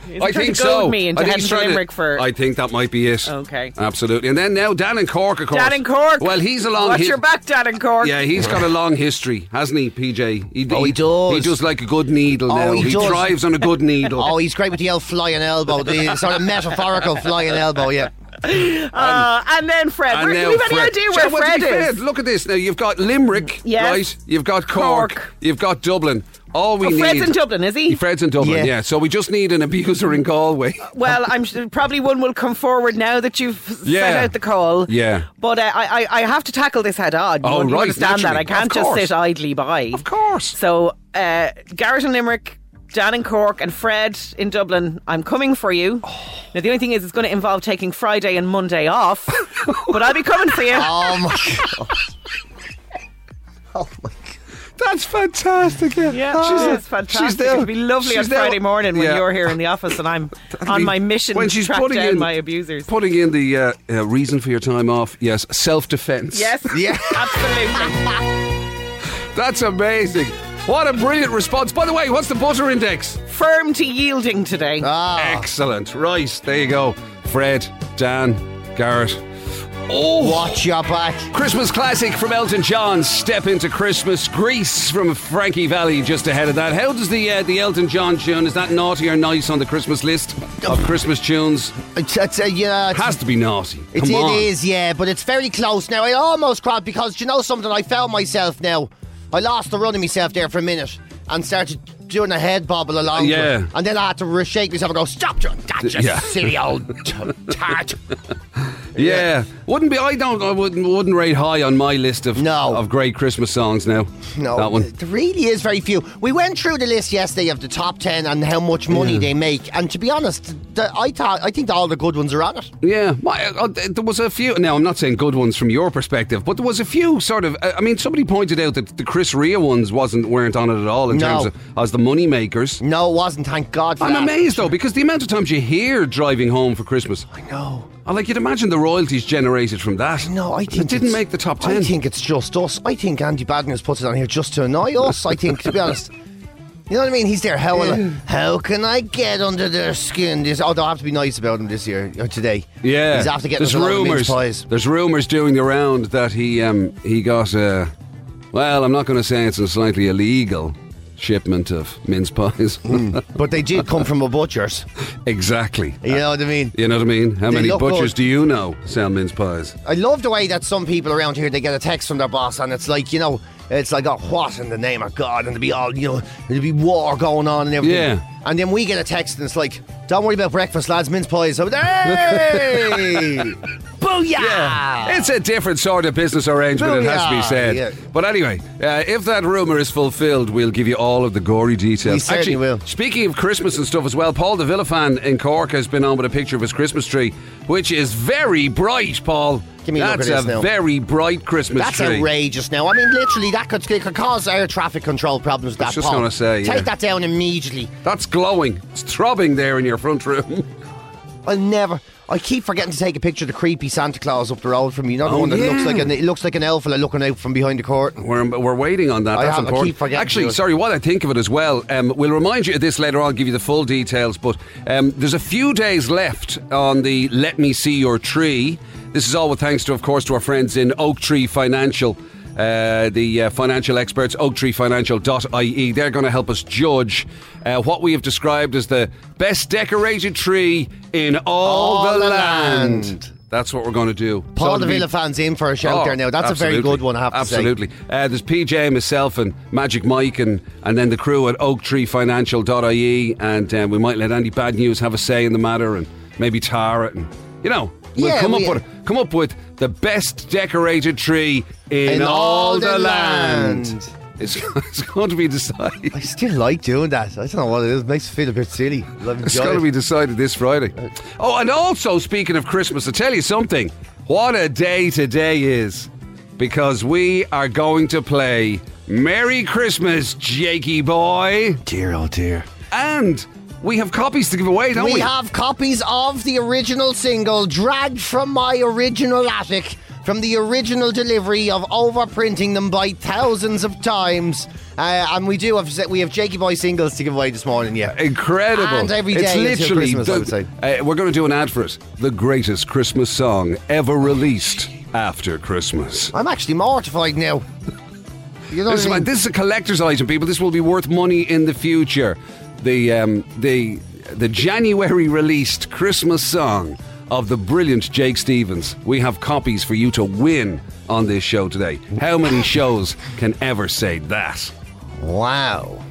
[SPEAKER 3] He's
[SPEAKER 1] I
[SPEAKER 3] trying
[SPEAKER 1] think
[SPEAKER 3] to goad
[SPEAKER 1] so.
[SPEAKER 3] me into
[SPEAKER 1] I think
[SPEAKER 3] heading
[SPEAKER 1] he's
[SPEAKER 3] to
[SPEAKER 1] trying to-
[SPEAKER 3] Limerick for.
[SPEAKER 1] I think that might be it.
[SPEAKER 3] Okay.
[SPEAKER 1] Absolutely. And then now Dan in Cork, of course.
[SPEAKER 3] Dan and Cork.
[SPEAKER 1] Well, he's along.
[SPEAKER 3] Watch
[SPEAKER 1] his-
[SPEAKER 3] your back, Dan and Cork.
[SPEAKER 1] Yeah, he's got a long history, hasn't he, PJ?
[SPEAKER 2] Oh, he does.
[SPEAKER 1] He does like a good needle
[SPEAKER 2] Oh,
[SPEAKER 1] now.
[SPEAKER 2] he does.
[SPEAKER 1] thrives on a good needle.
[SPEAKER 2] Oh, he's great with the old flying elbow, the sort of metaphorical flying elbow, yeah.
[SPEAKER 3] Uh, and then Fred.
[SPEAKER 1] And
[SPEAKER 3] Where- do
[SPEAKER 1] now
[SPEAKER 3] we have any
[SPEAKER 1] Fred.
[SPEAKER 3] idea
[SPEAKER 1] So,
[SPEAKER 3] where
[SPEAKER 1] well, to
[SPEAKER 3] Fred
[SPEAKER 1] be
[SPEAKER 3] is?
[SPEAKER 1] fair, look at this. Now you've got Limerick,
[SPEAKER 3] Yes.
[SPEAKER 1] right? You've got Cork,
[SPEAKER 3] Cork.
[SPEAKER 1] You've got Dublin. All we
[SPEAKER 3] Oh,
[SPEAKER 1] need.
[SPEAKER 3] Fred's in Dublin, is he?
[SPEAKER 1] Fred's in Dublin. Yeah.
[SPEAKER 2] Yeah.
[SPEAKER 1] So we just need an abuser in Galway.
[SPEAKER 3] Well, I'm sure probably one will come forward now that you've set
[SPEAKER 1] Yeah.
[SPEAKER 3] out the call.
[SPEAKER 1] Yeah.
[SPEAKER 3] But uh, I, I, I have to tackle this head on. You
[SPEAKER 1] Oh,
[SPEAKER 3] un- you
[SPEAKER 1] right,
[SPEAKER 3] understand that.
[SPEAKER 1] naturally.
[SPEAKER 3] I can't
[SPEAKER 1] Of
[SPEAKER 3] just
[SPEAKER 1] course.
[SPEAKER 3] sit idly by.
[SPEAKER 1] Of course.
[SPEAKER 3] So, uh, Garrett in Limerick, Dan in Cork, and Fred in Dublin, I'm coming for you.
[SPEAKER 1] Oh.
[SPEAKER 3] Now, the only thing is, it's going to involve taking Friday and Monday off, but I'll be coming for you.
[SPEAKER 2] Oh my god. Oh,
[SPEAKER 1] That's fantastic. Yeah.
[SPEAKER 3] Yeah, she's, it's fantastic. It'll be lovely
[SPEAKER 1] she's
[SPEAKER 3] on
[SPEAKER 1] there.
[SPEAKER 3] Friday morning when
[SPEAKER 1] Yeah.
[SPEAKER 3] you're here in the office and I'm on
[SPEAKER 1] be-
[SPEAKER 3] my mission
[SPEAKER 1] when
[SPEAKER 3] to
[SPEAKER 1] she's
[SPEAKER 3] track
[SPEAKER 1] putting
[SPEAKER 3] down
[SPEAKER 1] in-
[SPEAKER 3] my abusers.
[SPEAKER 1] Putting in the uh, uh, reason for your time off. Yes, self defense.
[SPEAKER 3] Yes,
[SPEAKER 2] Yeah.
[SPEAKER 3] absolutely.
[SPEAKER 1] That's amazing. What a brilliant response. By the way, what's the butter index?
[SPEAKER 3] Firm to yielding today.
[SPEAKER 2] Ah.
[SPEAKER 1] Excellent. Right. There you go. Fred, Dan, Garrett. Oh,
[SPEAKER 2] Watch your back.
[SPEAKER 1] Christmas classic from Elton John, Step Into Christmas, Grease from Frankie Valley just ahead of that. How does the uh, the Elton John tune, is that naughty or nice on the Christmas list of Christmas tunes?
[SPEAKER 2] It's, it's, uh, yeah, it's,
[SPEAKER 1] Has to be naughty.
[SPEAKER 2] it,
[SPEAKER 1] Come
[SPEAKER 2] it
[SPEAKER 1] on.
[SPEAKER 2] is, yeah, but it's very close now. I almost crawled because you know something. I found myself now. I lost the run of myself there for a minute and started doing a head bobble along. to it.
[SPEAKER 1] Yeah.
[SPEAKER 2] and then I had to re- shake myself and go, "Stop doing that, you
[SPEAKER 1] Yeah.
[SPEAKER 2] silly old t- tart."
[SPEAKER 1] Yeah. Wouldn't be I don't I wouldn't wouldn't rate high on my list of
[SPEAKER 2] No.
[SPEAKER 1] of great Christmas songs now.
[SPEAKER 2] No,
[SPEAKER 1] That one.
[SPEAKER 2] There really is very few. We went through the list yesterday of the top ten and how much money they make, and to be honest, the, I thought I think all the good ones are on it.
[SPEAKER 1] Yeah, my, uh, there was a few. Now I'm not saying good ones from your perspective, but there was a few sort of. uh, I mean, somebody pointed out that the Chris Rea ones wasn't weren't on it at all in
[SPEAKER 2] No.
[SPEAKER 1] terms of as the money makers.
[SPEAKER 2] No, it wasn't. Thank God. For
[SPEAKER 1] I'm
[SPEAKER 2] that.
[SPEAKER 1] amazed though because the amount of times you hear driving home for Christmas,
[SPEAKER 2] No.
[SPEAKER 1] I like you'd imagine the royalties generated from that.
[SPEAKER 2] No, I think
[SPEAKER 1] it didn't
[SPEAKER 2] it's-
[SPEAKER 1] make the top ten.
[SPEAKER 2] I think it's just us. I think Andy Badden has put it on here just to annoy us. I think, to be honest. You know what I mean? He's there howling. like, How can I get under their skin? This, oh, they'll have to be nice about him this year or today.
[SPEAKER 1] yeah,
[SPEAKER 2] he's after getting
[SPEAKER 1] there's
[SPEAKER 2] us a lot of mince
[SPEAKER 1] rumors.
[SPEAKER 2] pies.
[SPEAKER 1] There's rumors doing the round that he um he got a. Well, I'm not going to say it's a slightly illegal shipment of mince pies.
[SPEAKER 2] But they did come from a butcher's.
[SPEAKER 1] exactly.
[SPEAKER 2] You know what I mean?
[SPEAKER 1] You know what I mean? How
[SPEAKER 2] They
[SPEAKER 1] many
[SPEAKER 2] look
[SPEAKER 1] butchers
[SPEAKER 2] good.
[SPEAKER 1] do you know sell mince pies?
[SPEAKER 2] I love the way that some people around here they get a text from their boss and it's like you know it's like oh what in the name of God and there'll be all you know there'll be war going on and everything.
[SPEAKER 1] Yeah.
[SPEAKER 2] And then we get a text and it's like don't worry about breakfast lads mince pies. So, hey, booyah!
[SPEAKER 1] It's a different sort of business arrangement, it has to be
[SPEAKER 2] Booyah,
[SPEAKER 1] said.
[SPEAKER 2] Ah. yeah.
[SPEAKER 1] But anyway, uh, if that rumour is fulfilled, we'll give you all of the gory details.
[SPEAKER 2] We certainly
[SPEAKER 1] Actually,
[SPEAKER 2] will.
[SPEAKER 1] Speaking of Christmas and stuff as well, Paul de Villafan in Cork has been on with a picture of his Christmas tree, which is very bright, Paul.
[SPEAKER 2] Give me a look
[SPEAKER 1] That's
[SPEAKER 2] at this
[SPEAKER 1] a
[SPEAKER 2] now.
[SPEAKER 1] very bright Christmas
[SPEAKER 2] That's
[SPEAKER 1] tree.
[SPEAKER 2] outrageous now. I mean, literally, that could, it could cause air traffic control problems. That
[SPEAKER 1] was just
[SPEAKER 2] Paul.
[SPEAKER 1] gonna say,
[SPEAKER 2] Take
[SPEAKER 1] yeah.
[SPEAKER 2] that down immediately.
[SPEAKER 1] That's glowing. It's throbbing there in your front room.
[SPEAKER 2] I'll never. I keep forgetting to take a picture of the creepy Santa Claus up the road from you. Not the
[SPEAKER 1] Oh,
[SPEAKER 2] one that
[SPEAKER 1] yeah.
[SPEAKER 2] looks like an, it looks like an elf looking out from behind the curtain.
[SPEAKER 1] We're, we're waiting on that.
[SPEAKER 2] I
[SPEAKER 1] That's
[SPEAKER 2] have- I
[SPEAKER 1] important.
[SPEAKER 2] keep forgetting
[SPEAKER 1] Actually,
[SPEAKER 2] to do it.
[SPEAKER 1] sorry, while I think of it as well, um, we'll remind you of this later on, I'll give you the full details, but um, there's a few days left on the Let Me See Your Tree. This is all with thanks to, of course, to our friends in Oak Tree Financial. Uh, the uh, financial experts, oaktreefinancial.ie, E. they're going to help us judge uh, what we have described as the best decorated tree in all,
[SPEAKER 2] All
[SPEAKER 1] the,
[SPEAKER 2] the
[SPEAKER 1] land.
[SPEAKER 2] land.
[SPEAKER 1] That's what we're going to do. So
[SPEAKER 2] Paul de
[SPEAKER 1] it'll be-
[SPEAKER 2] Villa fans in for a shout
[SPEAKER 1] Oh,
[SPEAKER 2] there now. That's a very
[SPEAKER 1] absolutely.
[SPEAKER 2] good one, I have to
[SPEAKER 1] absolutely. Uh, there's PJ, myself, and Magic Mike, and, and then the crew at oaktreefinancial.ie. And uh, we might let Andy Bad News have a say in the matter, and maybe Tara, and you know, we'll
[SPEAKER 2] Yeah,
[SPEAKER 1] come
[SPEAKER 2] we-
[SPEAKER 1] up with come up with the best decorated tree in,
[SPEAKER 2] In
[SPEAKER 1] all
[SPEAKER 2] all
[SPEAKER 1] the
[SPEAKER 2] the
[SPEAKER 1] land.
[SPEAKER 2] land.
[SPEAKER 1] It's, it's going to be decided.
[SPEAKER 2] say. I still like doing that. I don't know what it is. It makes me feel a bit silly.
[SPEAKER 1] It's going to be decided this Friday. Oh, and also speaking of Christmas, I tell you something. What a day today is, because we are going to play "Merry Christmas, Jakey Boy,"
[SPEAKER 2] dear, oh dear.
[SPEAKER 1] and we have copies to give away, don't we?
[SPEAKER 2] We have copies of the original single dragged from my original attic from the original delivery of overprinting them by thousands of times. Uh, and we do have we have Jakey Boy singles to give away this morning, yeah.
[SPEAKER 1] Incredible!
[SPEAKER 2] And every
[SPEAKER 1] it's
[SPEAKER 2] day until
[SPEAKER 1] literally
[SPEAKER 2] Christmas, I would
[SPEAKER 1] the- uh, we're going to do an ad for it. The greatest Christmas song ever released after Christmas.
[SPEAKER 2] I'm actually mortified now. You know
[SPEAKER 1] This is,
[SPEAKER 2] what I
[SPEAKER 1] my,
[SPEAKER 2] mean?
[SPEAKER 1] this is a collector's item, people. This will be worth money in the future. The um, the the January released Christmas song of the brilliant Jake Stevens. We have copies for you to win on this show today. How many shows can ever say that?
[SPEAKER 2] Wow.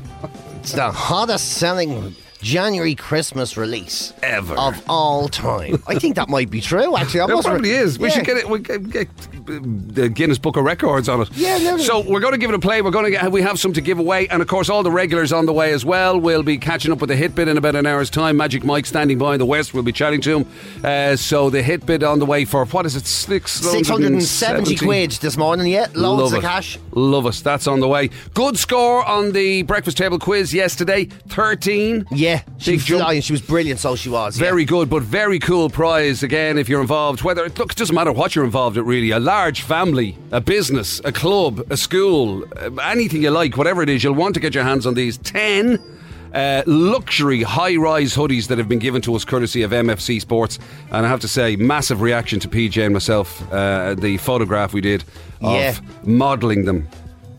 [SPEAKER 2] It's the hottest selling January Christmas release
[SPEAKER 1] Ever.
[SPEAKER 2] of all time. I think that might be true, actually. I
[SPEAKER 1] It
[SPEAKER 2] must re-
[SPEAKER 1] probably is. We
[SPEAKER 2] Yeah.
[SPEAKER 1] should get it. We get, get the Guinness Book of Records on it.
[SPEAKER 2] Yeah, no, no.
[SPEAKER 1] So we're going to give it a play. We're going to get. We have some to give away, and of course, all the regulars on the way as well. We'll be catching up with the hit bit in about an hour's time. Magic Mike standing by in the west. We'll be chatting to him. Uh, so the hit bit on the way for what is it? Six
[SPEAKER 2] 670 quid this morning, yeah. Loads
[SPEAKER 1] Love
[SPEAKER 2] of
[SPEAKER 1] it.
[SPEAKER 2] cash.
[SPEAKER 1] Love us. That's on the way. Good score on the breakfast table quiz yesterday. Thirteen.
[SPEAKER 2] Yeah, she
[SPEAKER 1] Big
[SPEAKER 2] was
[SPEAKER 1] jump.
[SPEAKER 2] flying. She was brilliant, so she was. yeah.
[SPEAKER 1] Very good, but very cool prize again if you're involved. Whether look, it doesn't matter what you're involved in, really. A large family, a business, a club, a school, uh, anything you like, whatever it is, you'll want to get your hands on these ten. Uh, luxury high-rise hoodies that have been given to us courtesy of MFC Sports, and I have to say, massive reaction to PJ and myself. Uh, the photograph we did of
[SPEAKER 2] Yeah.
[SPEAKER 1] modelling them.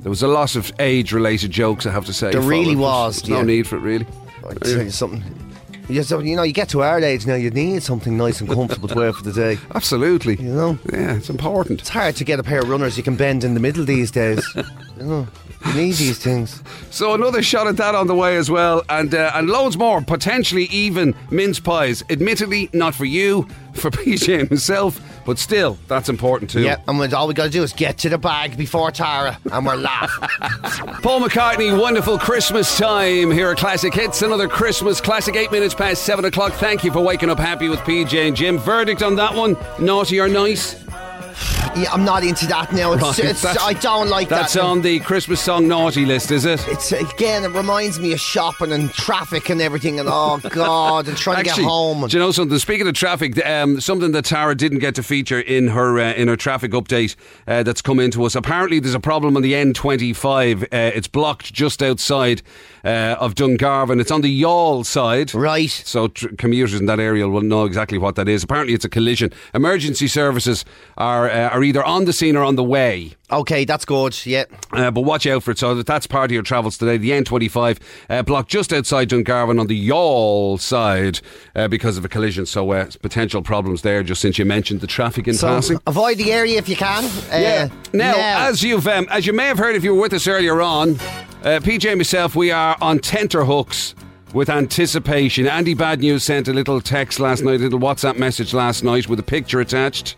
[SPEAKER 1] There was a lot of age-related jokes. I have to say,
[SPEAKER 2] There really
[SPEAKER 1] followed.
[SPEAKER 2] was,
[SPEAKER 1] There's No
[SPEAKER 2] yeah.
[SPEAKER 1] need for it, really.
[SPEAKER 2] I tell you something. You so- you know, you get to our age now, you need something nice and comfortable to wear for the day.
[SPEAKER 1] Absolutely. You
[SPEAKER 2] know?
[SPEAKER 1] Yeah, it's important.
[SPEAKER 2] It's hard to get a pair of runners you can bend in the middle these days. you know, you need these things.
[SPEAKER 1] So another shot at that on the way as well, and uh, and loads more potentially even mince pies. Admittedly, not for you, for PJ himself, but still that's important too.
[SPEAKER 2] Yeah, and when- all we got to do is get to the bag before Tara, and we're laugh.
[SPEAKER 1] Paul McCartney, wonderful Christmas time here at Classic Hits. Another Christmas classic. Eight minutes past seven o'clock. Thank you for waking up happy with PJ and Jim. Verdict on that one: naughty or nice?
[SPEAKER 2] yeah, I'm not into that now. It's,
[SPEAKER 1] Right,
[SPEAKER 2] it's,
[SPEAKER 1] that's-
[SPEAKER 2] I don't like
[SPEAKER 1] That's
[SPEAKER 2] that.
[SPEAKER 1] on the Christmas song naughty list, is it?
[SPEAKER 2] It's again. It reminds me of shopping and traffic and everything, and oh god, and trying to
[SPEAKER 1] Actually,
[SPEAKER 2] get home.
[SPEAKER 1] Do you know something? Speaking of traffic, um, something that Tara didn't get to feature in her uh, in her traffic update uh, that's come into us. Apparently, there's a problem on the N25. Uh, it's blocked just outside uh, of Dungarvan. It's on the Yall side.
[SPEAKER 2] right.
[SPEAKER 1] So tr- commuters in that area will know exactly what that is. Apparently, it's a collision. Emergency services are uh, are either on the scene or on the way.
[SPEAKER 2] Okay, that's good. Yeah.
[SPEAKER 1] Uh, but watch out for it. So if that's part of your travels today. The N25 uh, blocked just outside Dungarvan on the Yall side uh, because of a collision. So uh, potential problems there. Just since you mentioned the traffic in
[SPEAKER 2] So
[SPEAKER 1] passing.
[SPEAKER 2] avoid the area if you can. Uh,
[SPEAKER 1] Now, as you've um, as you may have heard if you were with us earlier on, uh, PJ and myself, we are on tenterhooks with anticipation. Andy Bad News sent a little text last night, a little WhatsApp message last night with a picture attached.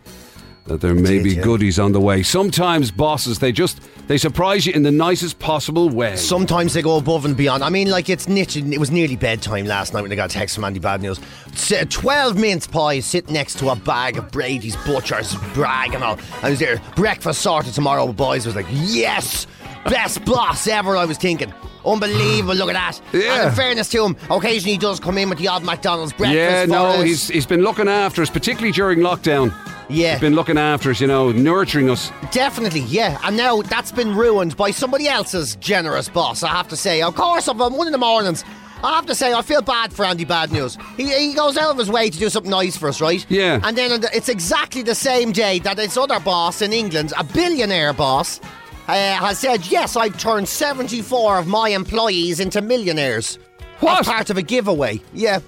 [SPEAKER 1] That there may
[SPEAKER 2] Did
[SPEAKER 1] be
[SPEAKER 2] you?
[SPEAKER 1] goodies on the way. Sometimes bosses they just they surprise you in the nicest possible way.
[SPEAKER 2] Sometimes they go above and beyond. I mean, like it's niche. It was nearly bedtime last night when I got a text from Andy Bad News. S- uh, Twelve mince pies sit next to a bag of Brady's Butchers brag and all. I was there. Breakfast sorted tomorrow, boys. Was like, yes, best boss ever. I was thinking, unbelievable. Look at that.
[SPEAKER 1] Yeah.
[SPEAKER 2] And in fairness to him, occasionally he does come in with the odd McDonald's breakfast.
[SPEAKER 1] yeah,
[SPEAKER 2] for
[SPEAKER 1] no,
[SPEAKER 2] us.
[SPEAKER 1] he's he's been looking after us, particularly during lockdown.
[SPEAKER 2] yeah,
[SPEAKER 1] He's been looking after us, you know, nurturing us.
[SPEAKER 2] Definitely, yeah. And now that's been ruined by somebody else's generous boss, I have to say. Of course, if I'm one in the mornings, I have to say, I feel bad for Andy Bad News. He, he goes out of his way to do something nice for us, right?
[SPEAKER 1] Yeah.
[SPEAKER 2] And then on the- it's exactly the same day that his other boss in England, a billionaire boss, uh, has said, Yes, I've turned 74 of my employees into millionaires.
[SPEAKER 1] What?
[SPEAKER 2] As part of a giveaway. Yeah.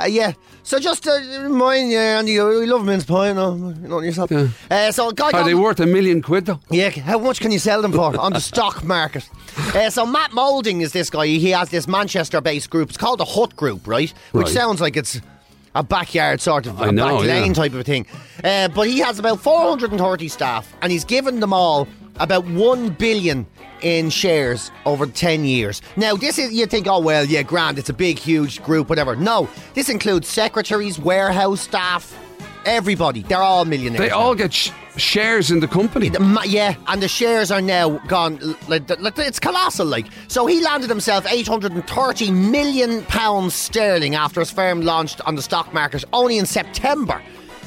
[SPEAKER 2] Uh, yeah. So just uh, remind you, Andy, we love mince pie, you know, you know yourself. Uh, so a guy
[SPEAKER 1] Are
[SPEAKER 2] got-
[SPEAKER 1] they worth a million quid though?
[SPEAKER 2] yeah, how much can you sell them for on the stock market? Uh, so Matt Moulding is this guy. He has this Manchester-based group. It's called the Hut Group, right? Which
[SPEAKER 1] Right.
[SPEAKER 2] sounds like it's a backyard sort of,
[SPEAKER 1] I
[SPEAKER 2] a
[SPEAKER 1] know,
[SPEAKER 2] back lane
[SPEAKER 1] yeah.
[SPEAKER 2] type of a thing. Uh, but he has about 430 staff, and he's given them all about one billion in shares over 10 years. Now, this is you think, oh well, yeah, grand. It's a big, huge group, whatever. No, this includes secretaries, warehouse staff, everybody. They're all millionaires.
[SPEAKER 1] They
[SPEAKER 2] now.
[SPEAKER 1] all get sh- shares in the company.
[SPEAKER 2] The ma- yeah, and the shares are now gone. l- Like, th- like, it's colossal. Like, so he landed himself 830 million pounds sterling after his firm launched on the stock market only in September,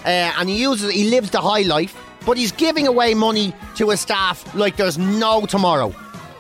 [SPEAKER 2] uh, and he uses he lives the high life, but he's giving away money to his staff like there's no tomorrow.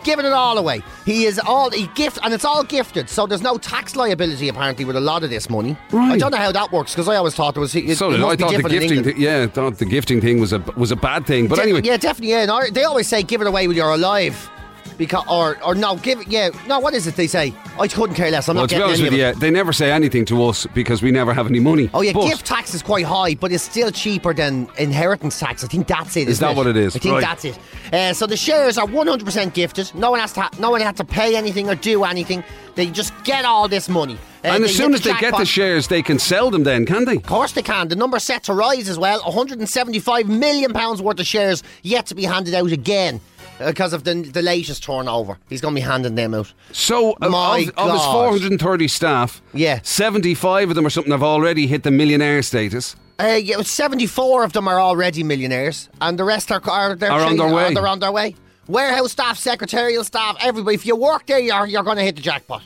[SPEAKER 2] Giving it all away. He is all he gift, and it's all gifted. So there's no tax liability apparently with a lot of this money. I
[SPEAKER 1] Right.
[SPEAKER 2] don't know how that works because I always thought it was. It,
[SPEAKER 1] So
[SPEAKER 2] it
[SPEAKER 1] did I.
[SPEAKER 2] must
[SPEAKER 1] I
[SPEAKER 2] be
[SPEAKER 1] thought the
[SPEAKER 2] different in
[SPEAKER 1] gifting,
[SPEAKER 2] England.
[SPEAKER 1] thi- yeah, I thought the gifting thing was a was a bad thing. But
[SPEAKER 2] De-
[SPEAKER 1] anyway,
[SPEAKER 2] yeah, definitely. Yeah, and I- they always say give it away when you're alive. because or or no, give it. Yeah, no. What is it they say? I couldn't care less. I'm
[SPEAKER 1] Well,
[SPEAKER 2] not
[SPEAKER 1] to be
[SPEAKER 2] getting
[SPEAKER 1] honest
[SPEAKER 2] any
[SPEAKER 1] with
[SPEAKER 2] of it.
[SPEAKER 1] you, they never say anything to us because we never have any money.
[SPEAKER 2] Oh yeah,
[SPEAKER 1] But-
[SPEAKER 2] gift tax is quite high, but it's still cheaper than inheritance tax. I think that's it.
[SPEAKER 1] Is
[SPEAKER 2] isn't
[SPEAKER 1] that what it is?
[SPEAKER 2] I think
[SPEAKER 1] Right.
[SPEAKER 2] that's it. Uh, so the shares are 100% gifted. No one has to. Ha- no one had to pay anything or do anything. They just get all this money. Uh,
[SPEAKER 1] and as
[SPEAKER 2] hit
[SPEAKER 1] soon as they get the
[SPEAKER 2] jackpot.
[SPEAKER 1] shares, they can sell them then, can they?
[SPEAKER 2] Of course they can. The number's set to rise as well. 175 million pounds worth of shares yet to be handed out again because of the the latest turnover. He's going to be handing them out.
[SPEAKER 1] So, of-
[SPEAKER 2] My
[SPEAKER 1] of, of his
[SPEAKER 2] God.
[SPEAKER 1] 430 staff,
[SPEAKER 2] Yeah.
[SPEAKER 1] 75 of them or something have already hit the millionaire status.
[SPEAKER 2] Uh, yeah, 74 of them are already millionaires, and the rest are, are, they're
[SPEAKER 1] Are on
[SPEAKER 2] saying-
[SPEAKER 1] their way.
[SPEAKER 2] They're on their way. Warehouse staff, secretarial staff, everybody. If you work there, you're, you're going to hit the jackpot.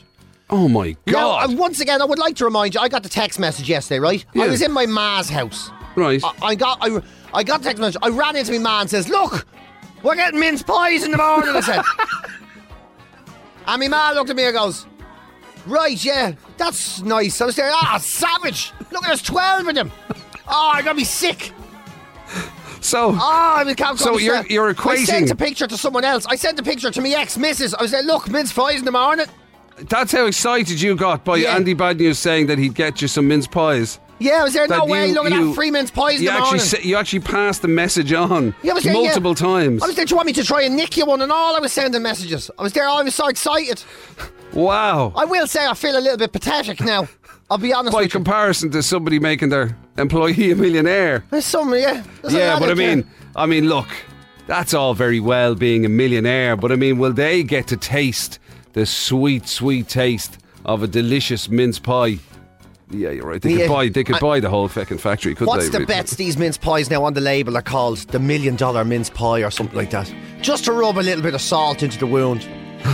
[SPEAKER 1] Oh my
[SPEAKER 2] Now,
[SPEAKER 1] God.
[SPEAKER 2] uh, once again, I would like to remind you, I got the text message yesterday, right?
[SPEAKER 1] Yeah.
[SPEAKER 2] I was in my ma's house.
[SPEAKER 1] right.
[SPEAKER 2] I, I got I, I got the text message. I ran into my ma and says, "Look, we're getting mince pies in the morning." I said, and my ma looked at me and goes, "Right, yeah, that's nice." I was there. Ah, savage! Look, there's twelve of them. Oh, I'm gonna be sick.
[SPEAKER 1] so,
[SPEAKER 2] Oh, I can't
[SPEAKER 1] So you're- you're
[SPEAKER 2] I sent
[SPEAKER 1] equating-
[SPEAKER 2] a picture to someone else. I sent a picture to my ex missus. I was like, "Look, mince pies in the morning."
[SPEAKER 1] that's how excited you got by
[SPEAKER 2] Yeah.
[SPEAKER 1] Andy Bad News saying that he'd get you some mince pies.
[SPEAKER 2] Yeah, I was there. No
[SPEAKER 1] That
[SPEAKER 2] way.
[SPEAKER 1] you-
[SPEAKER 2] Look at
[SPEAKER 1] you-
[SPEAKER 2] that free mince pies in
[SPEAKER 1] You
[SPEAKER 2] the
[SPEAKER 1] actually,
[SPEAKER 2] morning.
[SPEAKER 1] sa- you actually passed the message on
[SPEAKER 2] Yeah, I was there, yeah.
[SPEAKER 1] multiple times.
[SPEAKER 2] I was there. Do you want me to try and nick you one and all? I was sending messages. I was there. I was so excited.
[SPEAKER 1] wow.
[SPEAKER 2] I will say I feel a little bit pathetic now. I'll be honest
[SPEAKER 1] by
[SPEAKER 2] with you.
[SPEAKER 1] comparison to somebody making their employee a millionaire.
[SPEAKER 2] There's some, yeah. there's a
[SPEAKER 1] yeah,
[SPEAKER 2] lot
[SPEAKER 1] but I
[SPEAKER 2] of-
[SPEAKER 1] mean, I mean, look, that's all very well being a millionaire, but I mean, will they get to taste the sweet, sweet taste of a delicious mince pie? Yeah, you're right. They
[SPEAKER 2] Yeah.
[SPEAKER 1] could buy, they could
[SPEAKER 2] I-
[SPEAKER 1] buy the whole fucking factory, could
[SPEAKER 2] What's
[SPEAKER 1] they?
[SPEAKER 2] the
[SPEAKER 1] really?
[SPEAKER 2] bets these mince pies now on the label are called? The million dollar mince pie or something like that. Just to rub a little bit of salt into the wound.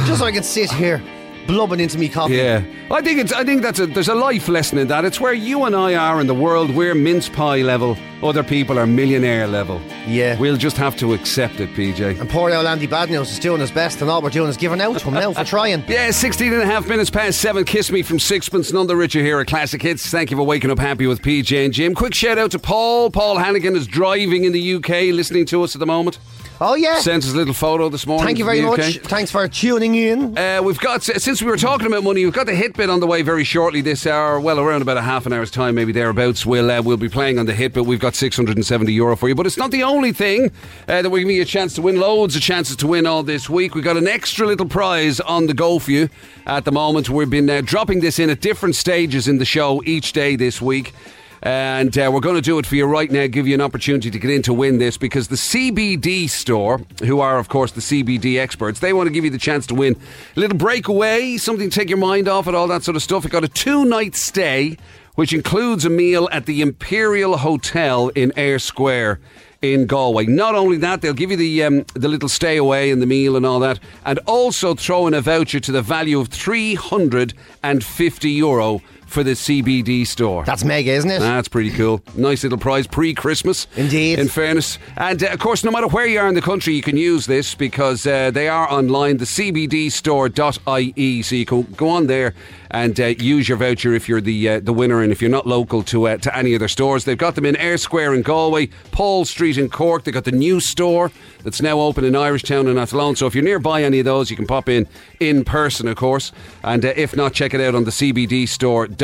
[SPEAKER 2] Just so I can sit here blubbing into me coffee.
[SPEAKER 1] Yeah, I think it's. I think that's a. There's a life lesson in that. It's where you and I are in the world. We're mince pie level. Other people are millionaire level.
[SPEAKER 2] Yeah.
[SPEAKER 1] we'll just have to accept it, PJ.
[SPEAKER 2] And poor old Andy Badnews is doing his best, and all we're doing is giving out to him now for trying.
[SPEAKER 1] Yeah, 16 and a half minutes past seven. Kiss me from Sixpence. None the richer here at Classic Hits. Thank you for waking up happy with PJ and Jim. Quick shout out to Paul. Paul Hannigan is driving in the UK, listening to us at the moment.
[SPEAKER 2] Oh, yeah.
[SPEAKER 1] Sent us a little photo this morning.
[SPEAKER 2] Thank you
[SPEAKER 1] from
[SPEAKER 2] very
[SPEAKER 1] the UK.
[SPEAKER 2] much. Thanks for tuning in.
[SPEAKER 1] Uh, we've got since we were talking about money, we've got the hit bit on the way very shortly this hour. Well, around about a half an hour's time, maybe thereabouts. We'll uh, we'll be playing on the hit bit. We've got 670 euro for you, but it's not the only thing uh, that we're giving you a chance to win. Loads of chances to win all this week. We've got an extra little prize on the go for you at the moment. We've been uh, dropping this in at different stages in the show each day this week. And uh, we're going to do it for you right now, give you an opportunity to get in to win this because the CBD store, who are, of course, the CBD experts, they want to give you the chance to win a little breakaway, something to take your mind off and all that sort of stuff. It got a two night stay, which includes a meal at the Imperial Hotel in Air Square in Galway. Not only that, they'll give you the um, the little stay away and the meal and all that, and also throw in a voucher to the value of 350 euro for the CBD store.
[SPEAKER 2] That's mega, isn't it?
[SPEAKER 1] That's pretty cool. Nice little prize pre Christmas.
[SPEAKER 2] Indeed.
[SPEAKER 1] In fairness. And uh, of course, no matter where you are in the country, you can use this because uh, they are online, the cbdstore.ie. E. So you can go on there and uh, use your voucher if you're the uh, the winner and if you're not local to uh, to any of their stores. They've got them in Air Square in Galway, Paul Street in Cork. They've got the new store that's now open in Irish Town in Athlone. So if you're nearby any of those, you can pop in in person, of course. And uh, if not, check it out on the cbdstore.ie.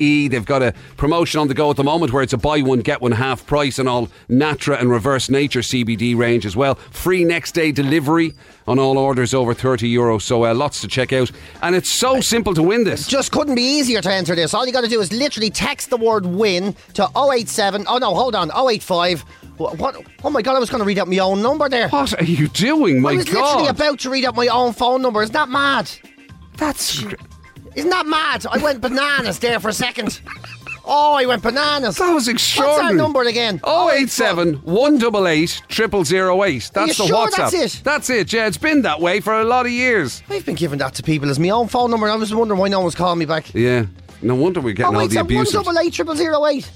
[SPEAKER 1] E. They've got a promotion on the go at the moment where it's a buy one, get one half price on all Natra and Reverse Nature CBD range as well. Free next day delivery on all orders over 30 euro. So uh, lots to check out. And it's so simple to win this.
[SPEAKER 2] just couldn't be easier to enter this. All you got to do is literally text the word win to 087. Oh no, hold on, 085. Wha- What? Oh my god, I was going to read out my own number there.
[SPEAKER 1] What are you doing? My
[SPEAKER 2] I was literally
[SPEAKER 1] Oh God.
[SPEAKER 2] about to read out my own phone number. Isn't that mad?
[SPEAKER 1] That's.
[SPEAKER 2] Isn't that mad? I went bananas there for a second. Oh, I went bananas.
[SPEAKER 1] That was
[SPEAKER 2] What's our
[SPEAKER 1] extraordinary.
[SPEAKER 2] number again? Oh,
[SPEAKER 1] 087 188 0008.
[SPEAKER 2] Are
[SPEAKER 1] That's the
[SPEAKER 2] you sure
[SPEAKER 1] WhatsApp.
[SPEAKER 2] that's it?
[SPEAKER 1] That's it, yeah. It's been that way for a lot of years.
[SPEAKER 2] I've been giving that to people as my own phone number. I was wondering why no one's calling me back.
[SPEAKER 1] Yeah. No wonder we're getting
[SPEAKER 2] Oh,
[SPEAKER 1] all
[SPEAKER 2] wait,
[SPEAKER 1] the
[SPEAKER 2] so one
[SPEAKER 1] abuse.
[SPEAKER 2] double eight triple zero eight.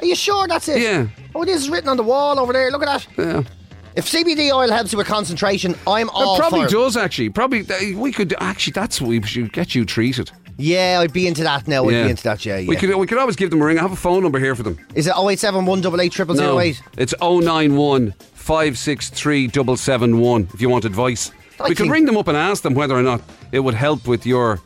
[SPEAKER 2] Are you sure that's it?
[SPEAKER 1] Yeah.
[SPEAKER 2] Oh, it is written on the wall over there. Look at that.
[SPEAKER 1] Yeah.
[SPEAKER 2] If CBD oil helps you with concentration, I'm all
[SPEAKER 1] That
[SPEAKER 2] for
[SPEAKER 1] probably
[SPEAKER 2] it.
[SPEAKER 1] does actually. Probably uh, we could actually. That's what we should get you treated.
[SPEAKER 2] Yeah, I'd be into that now. I'd be into that, yeah. yeah.
[SPEAKER 1] We could we could always give them a ring. I have a phone number here for them.
[SPEAKER 2] Is it 087 188
[SPEAKER 1] No,
[SPEAKER 2] 0008?
[SPEAKER 1] it's 091 563 771 if you want advice.
[SPEAKER 2] I
[SPEAKER 1] we could
[SPEAKER 2] think-
[SPEAKER 1] ring them up and ask them whether or not it would help with your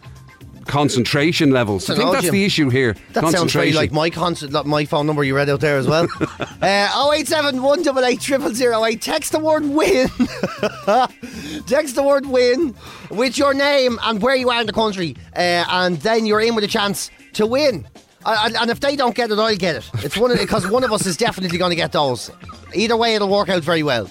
[SPEAKER 1] concentration levels. I
[SPEAKER 2] Dunno,
[SPEAKER 1] think that's
[SPEAKER 2] Jim.
[SPEAKER 1] the issue here.
[SPEAKER 2] That sounds very
[SPEAKER 1] concentration.
[SPEAKER 2] like my concert, like my phone number you read out there as well. uh, 087 188 0008. Text the word win. Text the word win with your name and where you are in the country, uh, and then you're in with a chance to win. Uh, and- and if they don't get it, I'll get it. It's one because one of us is definitely going to get those. Either way, it'll work out very well.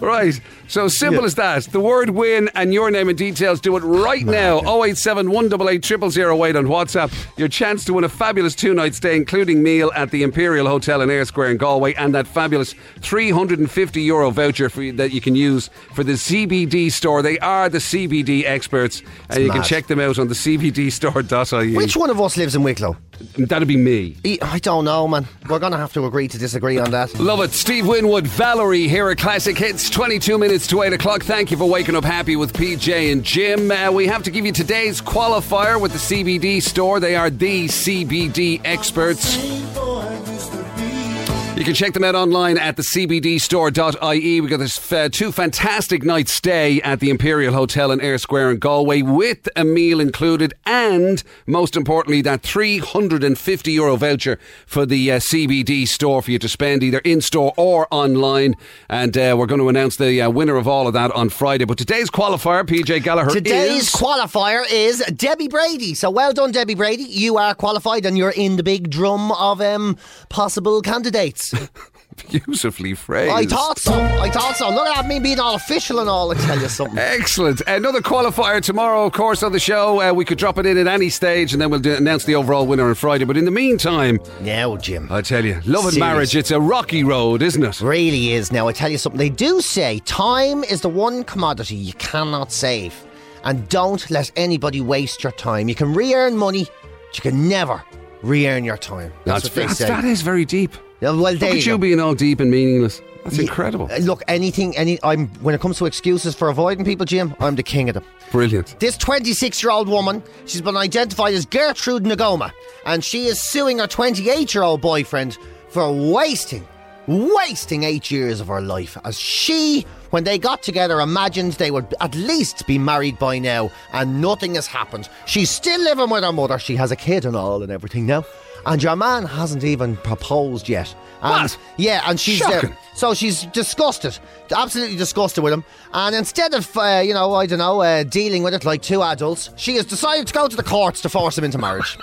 [SPEAKER 1] Right. So simple as that. The word win and your name and details. Do it right now. 087 188 0008 on WhatsApp. Your chance to win a fabulous two night stay, including meal at the Imperial Hotel in Air Square in Galway, and that fabulous 350 euro voucher for you, that you can use for the CBD store. They are the CBD experts, and you can
[SPEAKER 2] mad.
[SPEAKER 1] check them out on the CBDstore.ie.
[SPEAKER 2] Which one of us lives in Wicklow?
[SPEAKER 1] That'd be me.
[SPEAKER 2] E- I don't know, man. We're going to have to agree to disagree on that.
[SPEAKER 1] Love it. Steve Winwood, Valerie here at Classic Hits, 22 minutes to 8 o'clock. Thank you for waking up happy with PJ and Jim. Uh, we have to give you today's qualifier with the CBD store. They are the CBD experts. You can check them out online at the cbdstore.ie. We've got this uh, two fantastic nights stay at the Imperial Hotel in Air Square in Galway with a meal included and, most importantly, that 350 euro voucher for the uh, CBD store for you to spend either in store or online. And uh, we're going to announce the uh, winner of all of that on Friday. But today's qualifier, PJ Gallagher,
[SPEAKER 2] Today's
[SPEAKER 1] is...
[SPEAKER 2] qualifier is Debbie Brady. So well done, Debbie Brady. You are qualified and you're in the big drum of um, possible candidates.
[SPEAKER 1] beautifully phrased.
[SPEAKER 2] I thought so. I thought so. Look at me being all official and all. I tell you something.
[SPEAKER 1] Excellent. Another qualifier tomorrow, of course, on the show. Uh, we could drop it in at any stage and then we'll do, announce the overall winner on Friday. But in the meantime,
[SPEAKER 2] Now, Jim.
[SPEAKER 1] I tell you, love and
[SPEAKER 2] Serious.
[SPEAKER 1] marriage, it's a rocky road, isn't it?
[SPEAKER 2] Really is. Now, I tell you something. They do say time is the one commodity you cannot save. And don't let anybody waste your time. You can re earn money, but you can never re earn your time. That's, what they
[SPEAKER 1] that's-
[SPEAKER 2] say.
[SPEAKER 1] that is very deep.
[SPEAKER 2] Yeah, well,
[SPEAKER 1] Look
[SPEAKER 2] there you
[SPEAKER 1] at
[SPEAKER 2] go.
[SPEAKER 1] you being all deep and meaningless. That's
[SPEAKER 2] Yeah,
[SPEAKER 1] incredible.
[SPEAKER 2] uh, Look, anything, any. I'm when it comes to excuses for avoiding people, Jim. I'm the king of them.
[SPEAKER 1] Brilliant.
[SPEAKER 2] This 26-year-old woman, she's been identified as Gertrude Nagoma, and she is suing her 28-year-old boyfriend for wasting, wasting eight years of her life. As she, when they got together, imagined they would at least be married by now, and nothing has happened. She's still living with her mother. She has a kid and all and everything now. And your man hasn't even proposed yet. And,
[SPEAKER 1] What?
[SPEAKER 2] Yeah, and she's
[SPEAKER 1] Shocking.
[SPEAKER 2] there. So she's disgusted, absolutely disgusted with him. And instead of, uh, you know, I don't know, uh, dealing with it like two adults, she has decided to go to the courts to force him into marriage.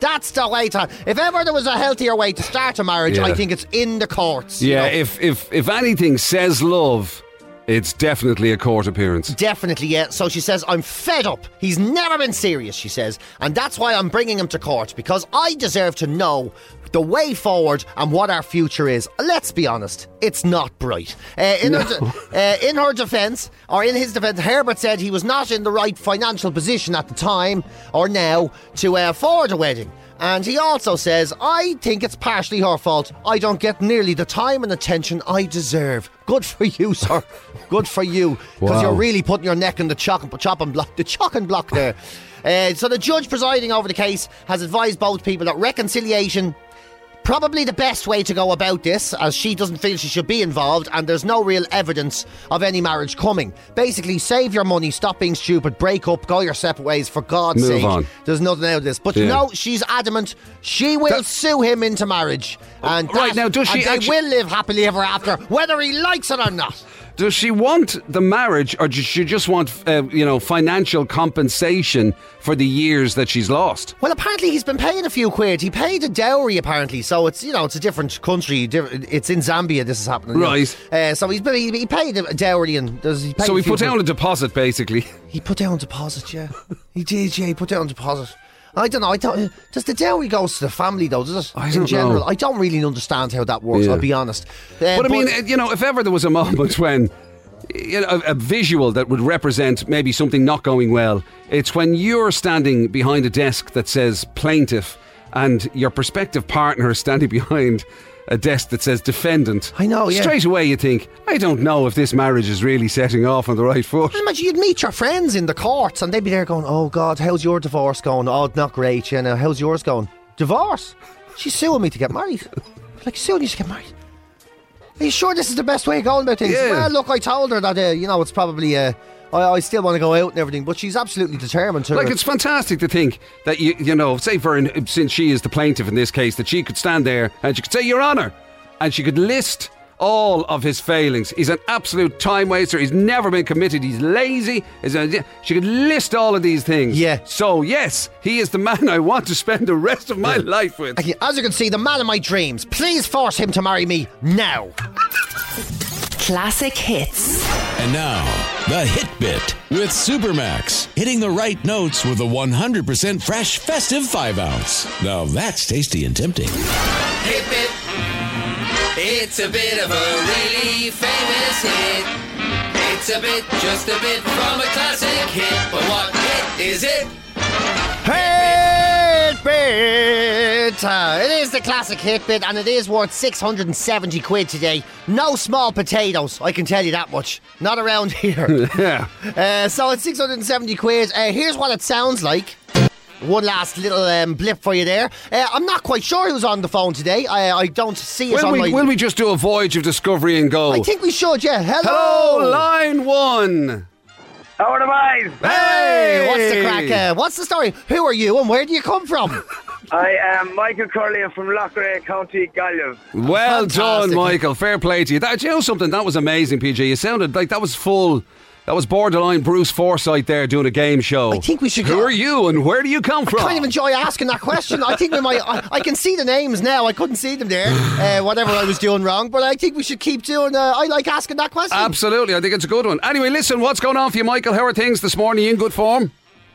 [SPEAKER 2] That's the way to. If ever there was a healthier way to start a marriage,
[SPEAKER 1] Yeah.
[SPEAKER 2] I think it's in the courts. you
[SPEAKER 1] Yeah,
[SPEAKER 2] know.
[SPEAKER 1] if, if, if anything says love, it's definitely a court appearance.
[SPEAKER 2] Definitely, yeah. So she says, I'm fed up. He's never been serious, she says. And that's why I'm bringing him to court, because I deserve to know the way forward and what our future is. Let's be honest, it's not bright. Uh, in, her de- uh, in her defense, or in his defense, Herbert said he was not in the right financial position at the time or now to uh, afford a wedding. And he also says, I think it's partially her fault. I don't get nearly the time and attention I deserve. Good for you, sir. Good for you. Because
[SPEAKER 1] Wow.
[SPEAKER 2] you're really putting your neck in the chock, chop and block, the chock and block there. Uh, so the judge presiding over the case has advised both people that reconciliation probably the best way to go about this, as she doesn't feel she should be involved, and there's no real evidence of any marriage coming. Basically, save your money, stop being stupid, break up, go your separate ways. For God's
[SPEAKER 1] Move
[SPEAKER 2] sake,
[SPEAKER 1] on.
[SPEAKER 2] there's nothing out of this. But
[SPEAKER 1] Yeah.
[SPEAKER 2] no, she's adamant she will
[SPEAKER 1] That-
[SPEAKER 2] sue him into marriage, and
[SPEAKER 1] Right,
[SPEAKER 2] that-
[SPEAKER 1] now, does she
[SPEAKER 2] and they
[SPEAKER 1] actu-
[SPEAKER 2] will live happily ever after, whether he likes it or not.
[SPEAKER 1] Does she want the marriage or does she just want, uh, you know, financial compensation for the years that she's lost?
[SPEAKER 2] Well, apparently he's been paying a few quid. He paid a dowry, apparently. So it's you know it's a different country. di- It's in Zambia. This is happening, you know.
[SPEAKER 1] Right.
[SPEAKER 2] Uh, so he's been, he, he paid a dowry and does he? Paid
[SPEAKER 1] So
[SPEAKER 2] a
[SPEAKER 1] we
[SPEAKER 2] few
[SPEAKER 1] put
[SPEAKER 2] quid.
[SPEAKER 1] down a deposit, basically.
[SPEAKER 2] He put down deposit. Yeah, he did. Yeah, he put down deposit. I don't know. I don't. Does the dowry goes to the family though? Does it?
[SPEAKER 1] I
[SPEAKER 2] in
[SPEAKER 1] don't
[SPEAKER 2] general,
[SPEAKER 1] know.
[SPEAKER 2] I don't really understand how that works.
[SPEAKER 1] Yeah.
[SPEAKER 2] I'll be honest. Uh,
[SPEAKER 1] But I mean, uh, you know, if ever there was a moment when you know, a, a visual that would represent maybe something not going well, it's when you're standing behind a desk that says plaintiff and your prospective partner is standing behind a desk that says defendant.
[SPEAKER 2] I know, yeah.
[SPEAKER 1] Straight away you think, I don't know if this marriage is really setting off on the right foot.
[SPEAKER 2] Just imagine you'd meet your friends in the courts and they'd be there going, Oh God, how's your divorce going? Oh, not great, you know, how's yours going? Divorce? She's suing me to get married. Like, suing you to get married. Are you sure this is the best way of going about things?
[SPEAKER 1] Yeah.
[SPEAKER 2] Well, look, I told her that, uh, you know, it's probably, uh, I, I still want to go out and everything, but she's absolutely determined to.
[SPEAKER 1] Like it's fantastic to think that you you know, say for an, since she is the plaintiff in this case, that she could stand there and she could say, "Your Honour," and she could list all of his failings. He's an absolute time waster. He's never been committed. He's lazy. He's a- she could list all of these things.
[SPEAKER 2] Yeah.
[SPEAKER 1] So yes, he is the man I want to spend the rest of my life with.
[SPEAKER 2] As you can see, the man of my dreams. Please force him to marry me now.
[SPEAKER 4] Classic hits.
[SPEAKER 5] And now, the Hit Bit with Supermax. Hitting the right notes with a 100% fresh festive 5 ounce. Now that's tasty and tempting.
[SPEAKER 6] Hip it. It's a bit of a really famous hit. It's a bit, just a bit from a classic hit. But what hit is it?
[SPEAKER 2] Hit bit. Uh, it is the classic hit bit, and it is worth 670 quid today. No small potatoes, I can tell you that much. Not around here.
[SPEAKER 1] Yeah.
[SPEAKER 2] uh, so it's 670 quid. Uh, here's what it sounds like. One last little um, blip for you there. Uh, I'm not quite sure who's on the phone today. I, I don't see it
[SPEAKER 1] Will
[SPEAKER 2] on
[SPEAKER 1] we,
[SPEAKER 2] my.
[SPEAKER 1] will we just do a voyage of discovery and go?
[SPEAKER 2] I think we should, yeah. Hello!
[SPEAKER 1] Hello, line one.
[SPEAKER 7] How are the boys?
[SPEAKER 1] Hey,
[SPEAKER 2] What's the crack? Uh, what's the story? Who are you and where do you come from?
[SPEAKER 7] I am Michael Curley. I'm from Lochray, County Galway.
[SPEAKER 1] Well
[SPEAKER 2] Fantastic. eh?
[SPEAKER 1] done, Michael. Fair play to you. That, you know something? That was amazing, PG. You sounded like that was full. That was borderline Bruce Forsyth there doing a game show.
[SPEAKER 2] I think we should
[SPEAKER 1] Who
[SPEAKER 2] go-
[SPEAKER 1] are you and where do you come from?
[SPEAKER 2] Kind of enjoy asking that question. I think we might. I, I can see the names now. I couldn't see them there. Uh, whatever I was doing wrong, but I think we should keep doing. Uh, I like asking that question.
[SPEAKER 1] Absolutely. I think it's a good one. Anyway, listen, what's going on for you, Michael? How are things this morning? You in good form?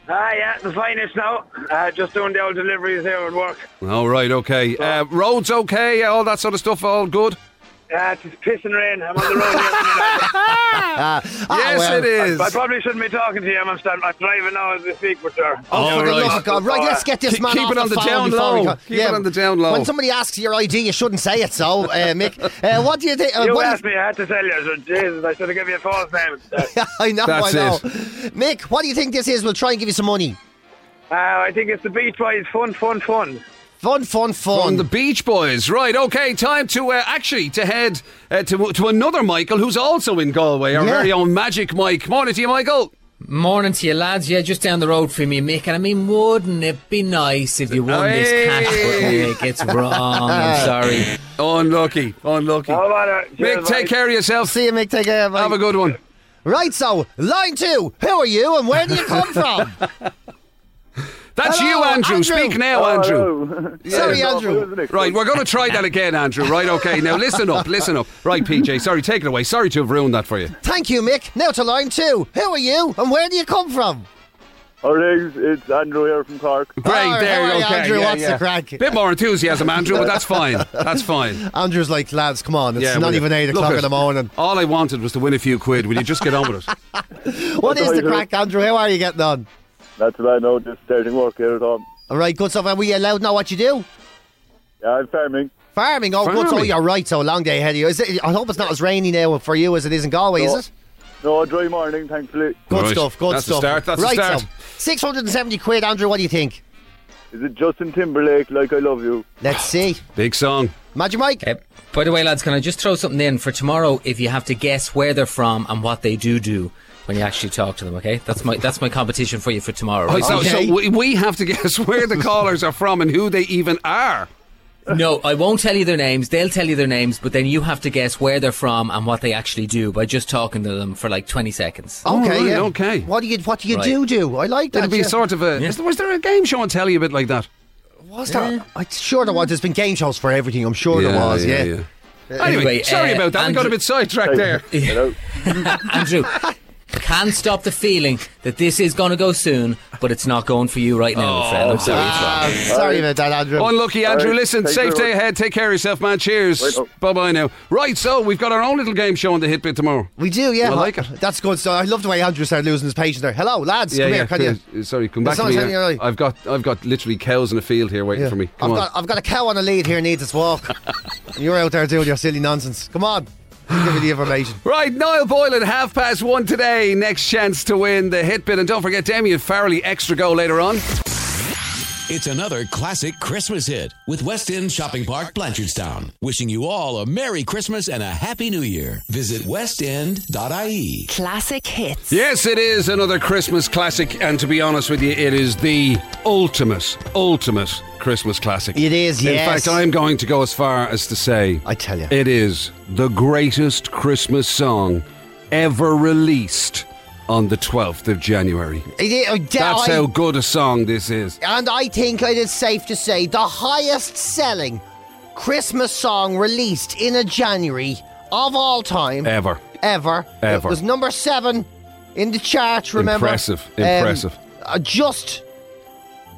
[SPEAKER 7] Ah, yeah, the finest now. Uh, just doing the old deliveries here at work.
[SPEAKER 1] All right, okay. Uh, roads okay, all that sort of stuff, all good?
[SPEAKER 7] Uh, it's piss and rain. I'm on the road here. at the minute.
[SPEAKER 2] Ah,
[SPEAKER 1] yes,
[SPEAKER 2] well.
[SPEAKER 1] it is.
[SPEAKER 7] I probably shouldn't be talking to you. I'm, stand- I'm driving now as we speak, but uh, sure.
[SPEAKER 2] Oh, for the
[SPEAKER 1] All right.
[SPEAKER 2] love of God. Right, let's get this
[SPEAKER 1] Keep-
[SPEAKER 2] man
[SPEAKER 1] keep
[SPEAKER 2] off
[SPEAKER 1] it on the
[SPEAKER 2] phone
[SPEAKER 1] down
[SPEAKER 2] before
[SPEAKER 1] low.
[SPEAKER 2] we go-
[SPEAKER 1] Keep it on the down low.
[SPEAKER 2] When somebody asks your ID, you shouldn't say it. So, uh, Mick, uh, what do you think? Uh,
[SPEAKER 7] You
[SPEAKER 2] what do you-
[SPEAKER 7] asked me, I had to tell you. So, Jesus, I should have given you a false name. Uh,
[SPEAKER 2] I know,
[SPEAKER 1] That's
[SPEAKER 2] I know.
[SPEAKER 1] it.
[SPEAKER 2] Mick, what do you think this is? We'll try and give you some money.
[SPEAKER 7] I think it's the Beach Boys. Fun, fun, fun.
[SPEAKER 2] Fun, fun,
[SPEAKER 1] On
[SPEAKER 2] fun.
[SPEAKER 1] the Beach Boys, right? Okay, time to uh, actually to head uh, to to another Michael who's also in Galway, our
[SPEAKER 2] Yeah.
[SPEAKER 1] very own Magic Mike. Morning to you, Michael.
[SPEAKER 8] Morning to you lads, yeah, just down the road from you, Mick. And I mean, wouldn't it be nice if you won this cash,
[SPEAKER 1] Oh, Hey.
[SPEAKER 8] but Mick, it's wrong. I'm sorry.
[SPEAKER 1] Unlucky, unlucky.
[SPEAKER 7] How about it?
[SPEAKER 1] Mick, take care of yourself.
[SPEAKER 2] See you, Mick. Take care. bye.
[SPEAKER 1] Have a good one.
[SPEAKER 2] Right, so line two. Who are you and where do you come from?
[SPEAKER 1] That's
[SPEAKER 2] Hello,
[SPEAKER 1] you, Andrew.
[SPEAKER 2] Andrew.
[SPEAKER 1] Speak now, Andrew.
[SPEAKER 2] Sorry, Andrew.
[SPEAKER 1] Right, we're going to try that again, Andrew. Right, okay. Now listen up, listen up. Right, PJ. Sorry, take it away. Sorry to have ruined that for you.
[SPEAKER 2] Thank you, Mick. Now to line two. Who are you and where do you come from?
[SPEAKER 9] All right, it's Andrew here from Cork.
[SPEAKER 1] Great,
[SPEAKER 2] All right,
[SPEAKER 1] there.
[SPEAKER 2] all right,
[SPEAKER 1] okay,
[SPEAKER 2] Andrew,
[SPEAKER 1] yeah,
[SPEAKER 2] what's
[SPEAKER 1] yeah.
[SPEAKER 2] the crack?
[SPEAKER 1] Bit more enthusiasm, Andrew, but that's fine. That's fine.
[SPEAKER 2] Andrew's like, lads, come on. It's
[SPEAKER 1] Yeah, will
[SPEAKER 2] not
[SPEAKER 1] you?
[SPEAKER 2] even eight
[SPEAKER 1] Look
[SPEAKER 2] o'clock
[SPEAKER 1] at-
[SPEAKER 2] in the morning.
[SPEAKER 1] All I wanted was to win a few quid. Will you just get on with it?
[SPEAKER 2] What is
[SPEAKER 9] how
[SPEAKER 2] the
[SPEAKER 9] you do
[SPEAKER 2] crack, Andrew? How are you getting on?
[SPEAKER 9] That's what I know, just starting work here at home.
[SPEAKER 2] All right, good stuff. Are we allowed to know what you do?
[SPEAKER 9] Yeah, I'm farming.
[SPEAKER 2] Farming. Oh, good. So
[SPEAKER 1] Farming.
[SPEAKER 2] you're right. So a long day ahead of you. Is it, I hope it's not as rainy now for you as it is in Galway,
[SPEAKER 9] No.
[SPEAKER 2] is it?
[SPEAKER 9] No, dry morning, thankfully.
[SPEAKER 2] Good
[SPEAKER 1] Right.
[SPEAKER 2] stuff. Good
[SPEAKER 1] That's a
[SPEAKER 2] stuff.
[SPEAKER 1] start, that's a
[SPEAKER 2] right,
[SPEAKER 1] start.
[SPEAKER 2] so 670 quid, Andrew. What do you think?
[SPEAKER 9] Is it Justin Timberlake, like I love you?
[SPEAKER 2] Let's see.
[SPEAKER 1] Big song.
[SPEAKER 2] Magic Mike.
[SPEAKER 8] Uh, by the way, lads, can I just throw something in for tomorrow? If you have to guess where they're from and what they do do when you actually talk to them, okay? That's my that's my competition for you for tomorrow.
[SPEAKER 1] Oh,
[SPEAKER 8] Right?
[SPEAKER 1] so,
[SPEAKER 2] Okay.
[SPEAKER 1] so we, we have to guess where the callers are from and who they even are.
[SPEAKER 8] No, I won't tell you their names. They'll tell you their names, but then you have to guess where they're from and what they actually do by just talking to them for like twenty seconds.
[SPEAKER 2] Okay.
[SPEAKER 1] right,
[SPEAKER 2] yeah.
[SPEAKER 1] okay.
[SPEAKER 2] What do you What do you
[SPEAKER 8] Right.
[SPEAKER 2] do? Do I like that?
[SPEAKER 1] It'll be
[SPEAKER 2] yeah.
[SPEAKER 1] sort of a.
[SPEAKER 8] Yeah.
[SPEAKER 1] Is there, was there a game show on telly a bit like that?
[SPEAKER 2] Was there? I'm sure there was. There's been game shows for everything. I'm sure Oh, there was. Yeah.
[SPEAKER 1] Anyway,
[SPEAKER 8] Anyway,
[SPEAKER 1] sorry
[SPEAKER 8] uh,
[SPEAKER 1] about that. I got a
[SPEAKER 8] Andrew-
[SPEAKER 1] bit sidetracked there.
[SPEAKER 9] Hello?
[SPEAKER 8] Andrew, can't stop the feeling that this is going to go soon, but it's not going for you right now, my friend. I'm sorry.
[SPEAKER 2] Ah, sorry about that, Andrew.
[SPEAKER 1] Unlucky, Andrew.
[SPEAKER 9] right,
[SPEAKER 1] Listen,
[SPEAKER 9] thank you
[SPEAKER 1] safe
[SPEAKER 9] very
[SPEAKER 1] day
[SPEAKER 9] much.
[SPEAKER 1] ahead. Take care of yourself, man. Cheers.
[SPEAKER 2] oh.
[SPEAKER 9] Right,
[SPEAKER 1] Bye bye now. Right, so we've got our own little game show on the hit bit tomorrow.
[SPEAKER 2] we do, yeah. Uh,
[SPEAKER 1] I like it.
[SPEAKER 2] That's good. So I love the way Andrew started losing his patience there. Hello, lads. come here, can you?
[SPEAKER 1] please. Uh, Sorry, come
[SPEAKER 2] That's
[SPEAKER 1] back to
[SPEAKER 2] not
[SPEAKER 1] me.
[SPEAKER 2] telling you,
[SPEAKER 1] here.
[SPEAKER 2] right.
[SPEAKER 1] I've got, I've got literally cows in a field here waiting
[SPEAKER 2] Yeah.
[SPEAKER 1] for me. Come
[SPEAKER 2] I've
[SPEAKER 1] on.
[SPEAKER 2] got I've got a cow on a lead here needs its walk. And You're out there doing your silly nonsense. Come on. Give me the information.
[SPEAKER 1] Right, Niall Boylan, half past one today. Next chance to win the hit bit. And don't forget Damien Farrelly, extra go later on.
[SPEAKER 5] It's another classic Christmas hit with West End Shopping Park, Blanchardstown. Wishing you all a Merry Christmas and a Happy New Year. Visit westend.ie.
[SPEAKER 4] Classic hits.
[SPEAKER 1] Yes, it is another Christmas classic, and to be honest with you, it is the ultimate, ultimate Christmas classic.
[SPEAKER 2] It is, yes.
[SPEAKER 1] In fact, I'm going to go as far as to say
[SPEAKER 2] I tell ya.
[SPEAKER 1] it is the greatest Christmas song ever released on the 12th of January.
[SPEAKER 2] It is- I-
[SPEAKER 1] That's
[SPEAKER 2] I-
[SPEAKER 1] how good a song this is.
[SPEAKER 2] And I think it is safe to say the highest selling Christmas song released in a January of all time.
[SPEAKER 1] Ever.
[SPEAKER 2] Ever.
[SPEAKER 1] Ever.
[SPEAKER 2] It was number seven in the chart, remember?
[SPEAKER 1] Impressive,
[SPEAKER 2] Um,
[SPEAKER 1] impressive.
[SPEAKER 2] uh, just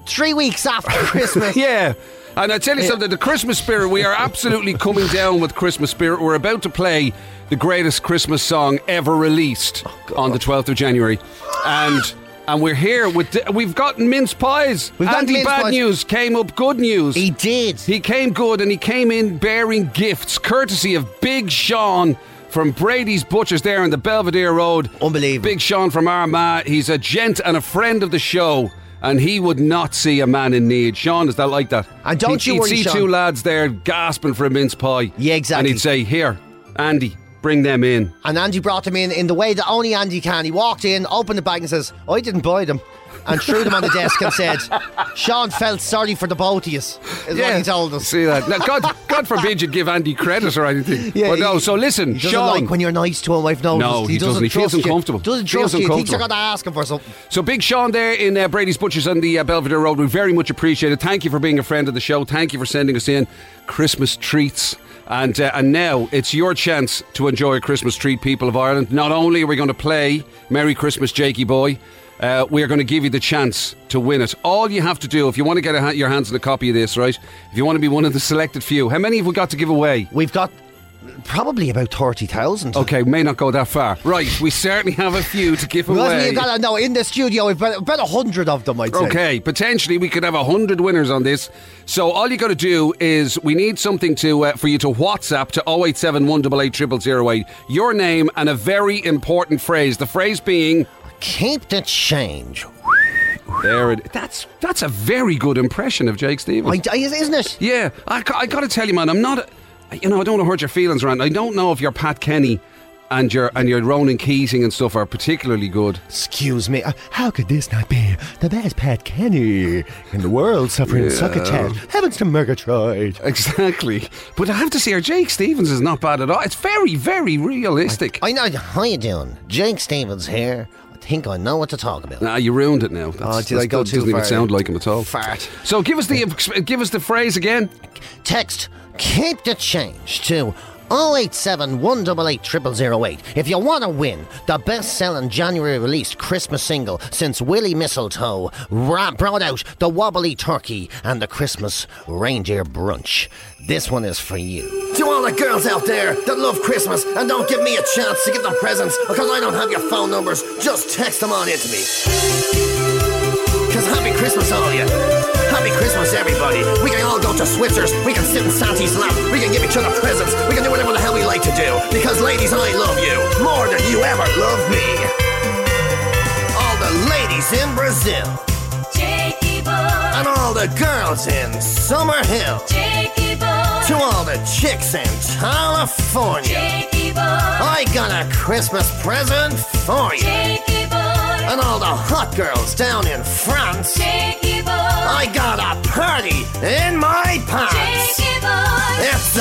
[SPEAKER 2] three weeks after Christmas.
[SPEAKER 1] Yeah. And I tell you something, the Christmas spirit, we are absolutely coming down with Christmas spirit. We're about to play the greatest Christmas song ever released
[SPEAKER 2] Oh,
[SPEAKER 1] on the 12th of January. And and we're here with the, we've got mince pies.
[SPEAKER 2] We've got
[SPEAKER 1] Andy
[SPEAKER 2] mince
[SPEAKER 1] Bad
[SPEAKER 2] pies.
[SPEAKER 1] News came up good news.
[SPEAKER 2] He did.
[SPEAKER 1] He came good and he came in bearing gifts courtesy of Big Sean from Brady's Butchers there on the Belvedere Road.
[SPEAKER 2] Unbelievable.
[SPEAKER 1] Big Sean from Armagh. He's a gent and a friend of the show. And he would not see a man in need. Sean, is that like that?
[SPEAKER 2] And don't
[SPEAKER 1] he'd,
[SPEAKER 2] you
[SPEAKER 1] he'd
[SPEAKER 2] worry,
[SPEAKER 1] see
[SPEAKER 2] Sean.
[SPEAKER 1] two lads there gasping for a mince pie.
[SPEAKER 2] Yeah, exactly.
[SPEAKER 1] And he'd say, "Here, Andy, bring them in."
[SPEAKER 2] And Andy brought them in in the way that only Andy can. He walked in, opened the bag, and says, I didn't buy them. And threw them on the desk and said, Sean felt sorry for the both of you, is what he told us.
[SPEAKER 1] See that? Now, God, God forbid you'd give Andy credit or anything.
[SPEAKER 2] Yeah,
[SPEAKER 1] but no.
[SPEAKER 2] he-
[SPEAKER 1] So listen,
[SPEAKER 2] He doesn't
[SPEAKER 1] Sean.
[SPEAKER 2] like when you're nice to him. I've noticed.
[SPEAKER 1] No, he doesn't. He feels
[SPEAKER 2] trust you.
[SPEAKER 1] uncomfortable.
[SPEAKER 2] Doesn't
[SPEAKER 1] Feels
[SPEAKER 2] trust you. He thinks you're
[SPEAKER 1] uncomfortable.
[SPEAKER 2] going to ask him for something.
[SPEAKER 1] So Big Sean there in uh, Brady's Butchers on the uh, Belvedere Road, we very much appreciate it. Thank you for being a friend of the show. Thank you for sending us in Christmas treats. And uh, and now it's your chance to enjoy a Christmas treat, people of Ireland. Not only are we going to play Merry Christmas, Jakey Boy, uh, we are going to give you the chance to win it. All you have to do, if you want to get a, ha- your hands on a copy of this, right? If you want to be one of the selected few, how many have we got to give away?
[SPEAKER 2] We've got probably about thirty thousand.
[SPEAKER 1] Okay, may not go that far. Right, we certainly have a few to give
[SPEAKER 2] Well,
[SPEAKER 1] away.
[SPEAKER 2] you've got to know in the studio. We've got about hundred of them. I'd say.
[SPEAKER 1] Okay, potentially we could have 100 winners on this. So all you got to do is we need something to uh, for you to WhatsApp to 087 your name and a very important phrase. The phrase being
[SPEAKER 2] Keep the change.
[SPEAKER 1] there it, that's that's a very good impression of Jake Stevens.
[SPEAKER 2] I, I- isn't it?
[SPEAKER 1] yeah, I, ca- I got to tell you man, I'm not a- you know, I don't want to hurt your feelings Rand. I don't know if your Pat Kenny and your and your Ronan Keating and stuff are particularly good.
[SPEAKER 2] Excuse me. uh, How could this not be the best Pat Kenny in the world suffering succotash? Heavens to Murgatroyd.
[SPEAKER 1] Exactly. But I have to say our Jake Stevens is not bad at all. It's very very realistic.
[SPEAKER 2] I know. How you doing? Jake Stevens here. I think I know what to talk about.
[SPEAKER 1] Nah, Ah, you ruined it now. That's,
[SPEAKER 2] Oh, did
[SPEAKER 1] that's-
[SPEAKER 2] I go
[SPEAKER 1] that
[SPEAKER 2] too
[SPEAKER 1] doesn't even
[SPEAKER 2] far?
[SPEAKER 1] sound like him at all.
[SPEAKER 2] Fart.
[SPEAKER 1] So give us the give us the phrase again.
[SPEAKER 2] Text Keep the Change to 087 188 oh if you want to win the best selling January released Christmas single since Willie Mistletoe ra- brought out the Wobbly Turkey and the Christmas Reindeer Brunch. This one is for you. To all the girls out there that love Christmas and don't give me a chance to get them presents because I don't have your phone numbers, just text them on into me. Because happy Christmas, all of you. Happy Christmas, everybody. We can all go to Switzer's. We can sit in Santi's lap. We can give each other presents. We can do whatever the hell we like to do. Because, ladies, I love you more than you ever loved me. All the ladies in Brazil.
[SPEAKER 10] Jakey boy,
[SPEAKER 2] And all the girls in Summer Hill.
[SPEAKER 10] Jakey boy,
[SPEAKER 2] To all the chicks in California.
[SPEAKER 10] Jakey boy,
[SPEAKER 2] I got a Christmas present for you.
[SPEAKER 10] Jakey boy,
[SPEAKER 2] And all the hot girls down in France.
[SPEAKER 10] Jakey boy,
[SPEAKER 2] I got a party in my pants.
[SPEAKER 10] Jakey boy.
[SPEAKER 2] It's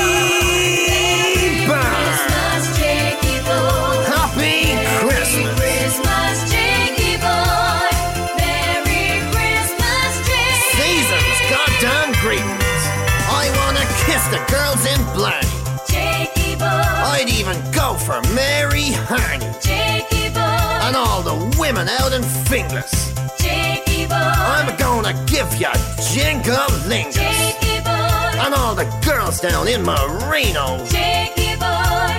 [SPEAKER 2] a free bird.
[SPEAKER 10] Christmas, Jakey boy.
[SPEAKER 2] Happy Christmas.
[SPEAKER 10] Christmas, Jakey boy. Merry Christmas, Jakey.
[SPEAKER 2] Season's goddamn greetings. I wanna kiss the girls in black.
[SPEAKER 10] Jakey boy.
[SPEAKER 2] I'd even go for Mary Harney
[SPEAKER 10] Jakey boy.
[SPEAKER 2] and all the women out in fingers.
[SPEAKER 10] Jakey boy.
[SPEAKER 2] I'm gonna give ya jingalingas
[SPEAKER 10] Jakey boy.
[SPEAKER 2] and all the girls down in Marino.
[SPEAKER 10] Jakey boy.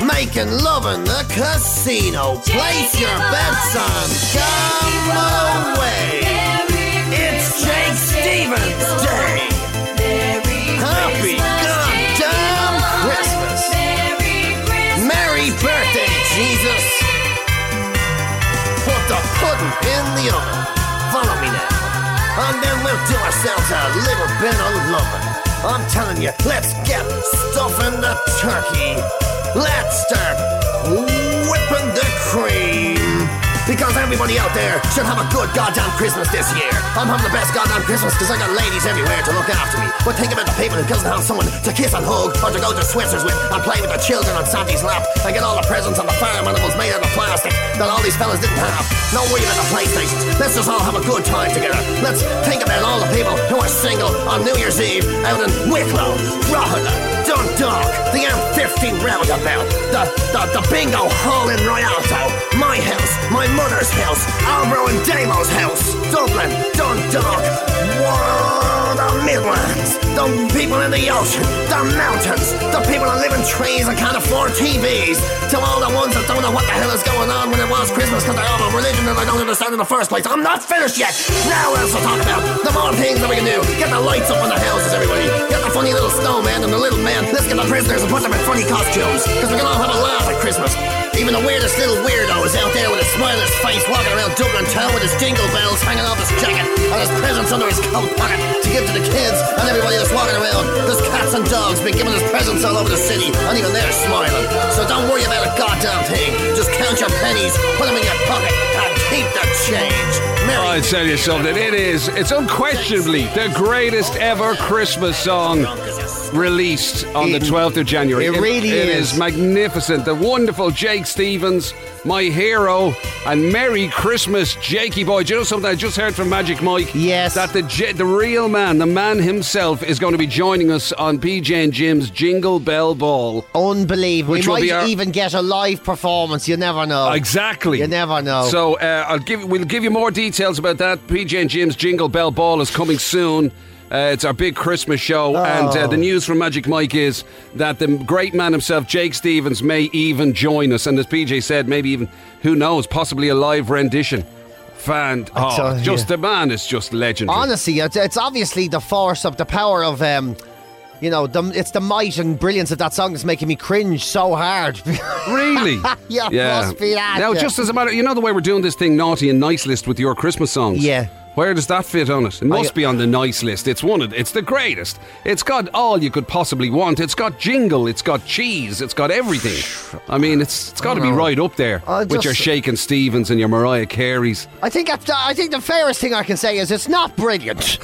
[SPEAKER 2] Making love in the casino. Place your bets on come away. It's Jake Stevens Day. Happy goddamn Christmas. Merry birthday, Jesus. Put the pudding in the oven. Follow me now.
[SPEAKER 11] and then we'll do ourselves a little bit of loving. I'm telling you, let's get stuffing the turkey. Let's start whipping the cream. Because everybody out there should have a good goddamn Christmas this year. I'm having the best goddamn Christmas because I got ladies everywhere to look after me. But think about the people who doesn't have someone to kiss and hug or to go to Switzer's with and play with the children on Sandy's lap and get all the presents on the farm animals made out of plastic that all these fellas didn't have. No worry about the PlayStations. Let's just all have a good time together. Let's think about all the people who are single on New Year's Eve out in Wicklow, Drogheda, Dundalk, the M50 roundabout, the, the, the bingo hall in Rialto, my house, my mother's house, Albro and Damo's house, Dublin, Dundalk, Whoa, the Midlands, the people in the ocean, the mountains, the people that live in trees and can't afford TVs, to all the ones that don't know what the hell is going on when it was Christmas because they have a religion that I don't understand in the first place. I'm not finished yet. Now what else to talk about? The more things that we can do. Get the lights up on the houses, everybody. Get the funny little snowman and the little man. Let's get the prisoners and put them in funny costumes because we can all have a laugh at Christmas. Even the weirdest little weirdo is out there with a smile on his face, walking around Dublin town with his jingle bells hanging off his jacket and his presents under his coat pocket to give to the kids and everybody that's walking around. There's cats and dogs being given his presents all over the city, and even they're smiling. So don't worry about a goddamn thing. Just count your pennies, put them in your pocket, and keep the change.
[SPEAKER 1] Oh, I tell you something, it is. It's unquestionably the greatest ever Christmas song released on the 12th of January.
[SPEAKER 2] it really
[SPEAKER 1] It
[SPEAKER 2] is.
[SPEAKER 1] is magnificent. The wonderful Jake Stevens, my hero, and Merry Christmas, Jakey boy. Do you know something I just heard from Magic Mike? Yes. That the J- the real man, the man himself, is going to be joining us on PJ and Jim's Jingle Bell Ball.
[SPEAKER 2] Unbelievable.
[SPEAKER 1] Which
[SPEAKER 2] we
[SPEAKER 1] will
[SPEAKER 2] might
[SPEAKER 1] be our-
[SPEAKER 2] even get a live performance. You never know.
[SPEAKER 1] Exactly.
[SPEAKER 2] You never know.
[SPEAKER 1] So uh, I'll give we'll give you more details about that. PJ and Jim's Jingle Bell Ball is coming soon. Uh, it's our big Christmas show, and uh,
[SPEAKER 2] Oh.
[SPEAKER 1] the news from Magic Mike is that the great man himself, Jake Stevens, may even join us. And as PJ said, maybe even who knows, possibly a live rendition. Fan,
[SPEAKER 2] I tell
[SPEAKER 1] oh,
[SPEAKER 2] you.
[SPEAKER 1] just the man is just legendary.
[SPEAKER 2] Honestly, it's, it's obviously the force of the power of um, you know, the, it's the might and brilliance of that song that's making me cringe so hard.
[SPEAKER 1] Really?
[SPEAKER 2] yeah, must be that.
[SPEAKER 1] Now, just as a matter, you know the way we're doing this thing, naughty and nice list with your Christmas songs.
[SPEAKER 2] Yeah.
[SPEAKER 1] Where does that fit on it? It must be on the nice list. It's one of it's the greatest. It's got all you could possibly want. It's got jingle. It's got cheese. It's got everything. I mean, it's it's got to be right up there
[SPEAKER 2] Oh, I
[SPEAKER 1] with
[SPEAKER 2] just-
[SPEAKER 1] your Shakin' Stevens and your Mariah Careys.
[SPEAKER 2] I think that's, I think the fairest thing I can say is it's not brilliant.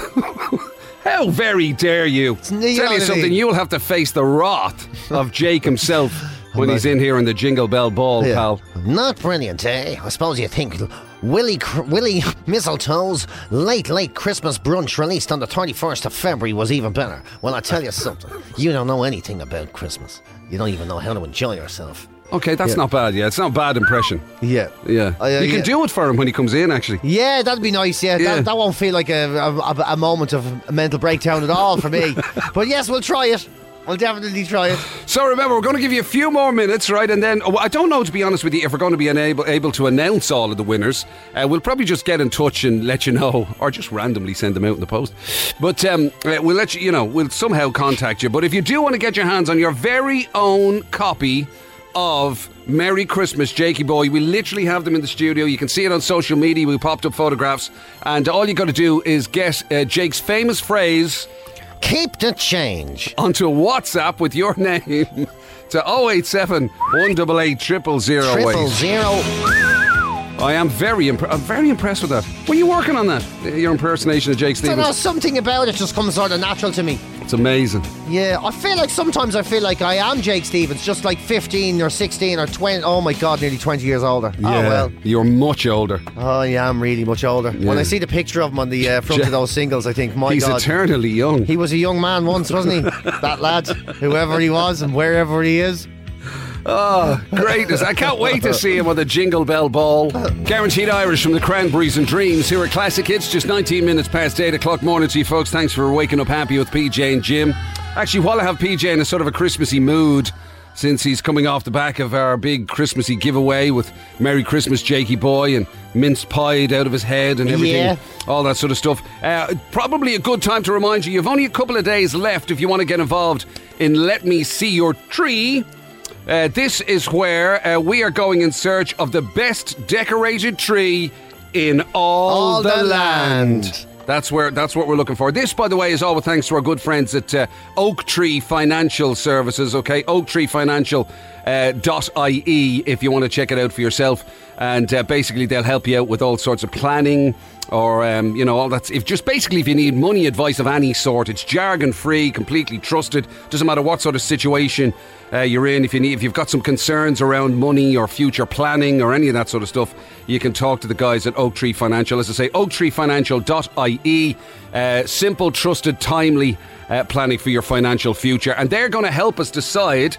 [SPEAKER 1] How very dare you? Tell
[SPEAKER 2] you know what I
[SPEAKER 1] you something,
[SPEAKER 2] mean.
[SPEAKER 1] you'll have to face the wrath of Jake himself when he's in here in the Jingle Bell Ball, pal.
[SPEAKER 2] Not brilliant, eh? I suppose you think Willie Cr- Willie Mistletoe's late late Christmas brunch released on the 31st of February was even better. Well, I tell you something. You don't know anything about Christmas. You don't even know how to enjoy yourself.
[SPEAKER 1] Okay, that's
[SPEAKER 2] Yeah.
[SPEAKER 1] not bad. Yeah, it's not a bad impression.
[SPEAKER 2] Yeah,
[SPEAKER 1] yeah.
[SPEAKER 2] I- I-
[SPEAKER 1] you can
[SPEAKER 2] Oh, yeah.
[SPEAKER 1] do it for him when he comes in. Actually,
[SPEAKER 2] Yeah, that'd be nice. Yeah,
[SPEAKER 1] Yeah.
[SPEAKER 2] That, that won't feel like a, a, a- a moment of mental breakdown at all for me. but yes, we'll try it. We'll definitely try it.
[SPEAKER 1] So remember, we're going to give you a few more minutes, right? And then oh, I don't know, to be honest with you, if we're going to be unable, able to announce all of the winners. Uh, we'll probably just get in touch and let you know, or just randomly send them out in the post. But um, uh, we'll let you, you know, we'll somehow contact you. But if you do want to get your hands on your very own copy of Merry Christmas, Jakey Boy. We literally have them in the studio. You can see it on social media. We popped up photographs. And all you got to do is guess uh, Jake's famous phrase
[SPEAKER 2] Keep the change.
[SPEAKER 1] Onto WhatsApp with your name to 087 188
[SPEAKER 2] Triple zero.
[SPEAKER 1] I am very impre- I'm very impressed with that. Were you working on that? Uh, Your impersonation of Jake
[SPEAKER 2] I don't know,
[SPEAKER 1] Stevens.
[SPEAKER 2] something about it just comes sort of natural to me.
[SPEAKER 1] It's amazing.
[SPEAKER 2] Yeah, I feel like sometimes I feel like I am Jake Stevens, just like 15 or 16 or 20. Oh my God, nearly 20 years older. Oh, well.
[SPEAKER 1] You're much older.
[SPEAKER 2] Oh, yeah, I'm really much older. When
[SPEAKER 1] Yeah.
[SPEAKER 2] I see the picture of him on the uh, front
[SPEAKER 1] Ja-
[SPEAKER 2] of those singles, I think, my
[SPEAKER 1] He's
[SPEAKER 2] God.
[SPEAKER 1] eternally young.
[SPEAKER 2] he was a young man once, wasn't he? that lad, whoever he was and wherever he is.
[SPEAKER 1] Oh, greatness. I can't wait to see him on the Jingle Bell Ball. Guaranteed Irish from the Cranberries and Dreams here at Classic Hits. Just 19 minutes past 8 o'clock morning to you folks. Thanks for waking up happy with PJ and Jim. Actually, while I have PJ in a sort of a Christmassy mood, since he's coming off the back of our big Christmassy giveaway with Merry Christmas, Jakey Boy, and minced pied out of his head and everything
[SPEAKER 2] Yeah.
[SPEAKER 1] all that sort of stuff. Uh, probably a good time to remind you you've only a couple of days left if you want to get involved in Let Me See Your Tree. Uh, this is where uh, we are going in search of the best decorated tree in all,
[SPEAKER 2] All the
[SPEAKER 1] land. That's where that's what we're looking for. This, by the way, is all with thanks to our good friends at uh, Oak Tree Financial Services. Okay, uh, OaktreeFinancial.ie E, if you want to check it out for yourself. And uh, basically, they'll help you out with all sorts of planning or um, you know all that. If just basically if you need money advice of any sort, it's jargon free, completely trusted. Doesn't matter what sort of situation uh, you're in. If you need, if you've got some concerns around money or future planning or any of that sort of stuff, you can talk to the guys at Oak Tree Financial. As I say, oaktreefinancial.ie. Uh, simple, trusted, timely uh, planning for your financial future, and they're going to help us decide.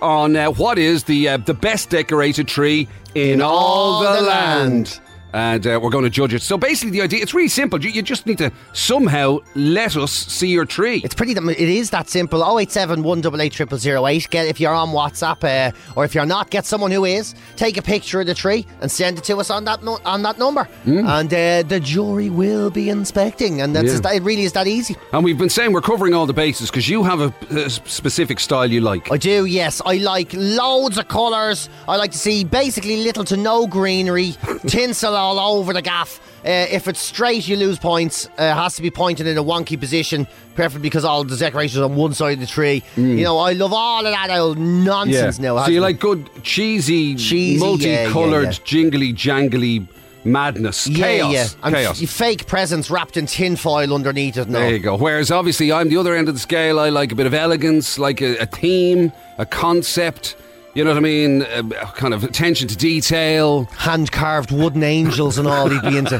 [SPEAKER 1] On uh, what is the uh, the best decorated tree in, all, the, land and uh, we're going to judge it. So basically, the idea—it's really simple. You, you just need to somehow let us see your tree.
[SPEAKER 2] It's pretty. It is that simple. 087 188 0008. Get if you're on WhatsApp uh, or if you're not, get someone who is. Take a picture of the tree and send it to us on that no- on that number, and uh, the jury will be inspecting. And that's
[SPEAKER 1] Yeah.
[SPEAKER 2] as- it. Really, is that easy?
[SPEAKER 1] And we've been saying we're covering all the bases because you have a, a specific style you like.
[SPEAKER 2] I do, yes. I like loads of colours. I like to see basically little to no greenery, tinsel all over the gaff. Uh, if it's straight, you lose points. Uh, it has to be pointed in a wonky position, preferably because all the decorations on one side of the tree. You know, I love all of that old nonsense now.
[SPEAKER 1] Mm.
[SPEAKER 2] it
[SPEAKER 1] So
[SPEAKER 2] has
[SPEAKER 1] you
[SPEAKER 2] to
[SPEAKER 1] like good cheesy,
[SPEAKER 2] Cheesy, yeah,
[SPEAKER 1] multicolored,
[SPEAKER 2] yeah, yeah.
[SPEAKER 1] jingly, jangly madness,
[SPEAKER 2] be-
[SPEAKER 1] chaos,
[SPEAKER 2] yeah, And f-
[SPEAKER 1] chaos.
[SPEAKER 2] fake presents wrapped in tin foil underneath it. No.
[SPEAKER 1] There you go. Whereas obviously I'm the other end of the scale. I like a bit of elegance, like a, a theme, a concept. You know what I mean? A, a kind of attention to detail.
[SPEAKER 2] Hand carved wooden angels and all he'd be into.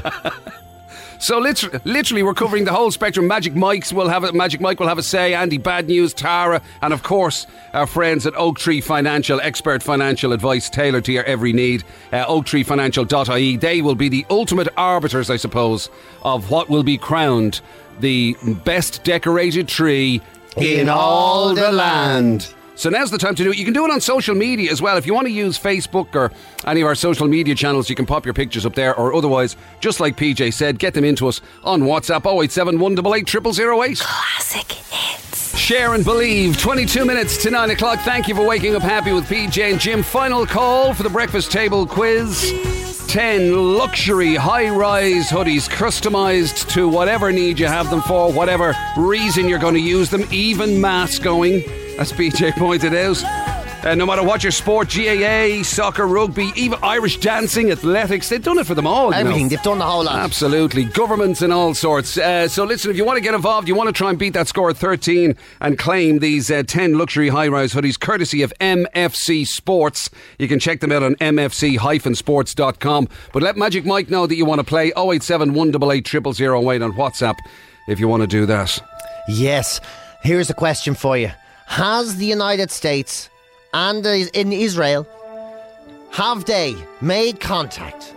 [SPEAKER 1] So literally, literally, we're covering the whole spectrum. Magic Mike's will have a Magic Mike will have a say. Andy, Bad News, Tara, and of course our friends at Oak Tree Financial, expert financial advice tailored to your every need. Uh, OaktreeFinancial.ie. They will be the ultimate arbiters, I suppose, of what will be crowned the best decorated tree in, all the land. So now's the time to do it. You can do it on social media as well. If you want to use Facebook or any of our social media channels, you can pop your pictures up there, or otherwise, just like PJ said, get them into us on WhatsApp 087 188
[SPEAKER 4] Classic hits.
[SPEAKER 1] Share and believe. 22 minutes to 9 o'clock. Thank you for waking up happy with PJ and Jim. Final call for the breakfast table quiz. 10 luxury high rise hoodies customized to whatever need you have them for, whatever reason you're going to use them, even mass going, as PJ pointed out. Uh, no matter what your sport, GAA, soccer, rugby, even Irish dancing, athletics, they've done it for them all. you know.
[SPEAKER 2] Everything. They've done the whole lot.
[SPEAKER 1] Absolutely. Governments and all sorts. Uh, so, listen, if you want to get involved, you want to try and beat that score at 13 and claim these uh, 10 luxury high rise hoodies courtesy of MFC Sports. You can check them out on mfc sports.com. But let Magic Mike know that you want to play 087 188 0008 on WhatsApp if you want to do that.
[SPEAKER 2] Yes. Here's a question for you. Has the United States and is- in Israel have they made contact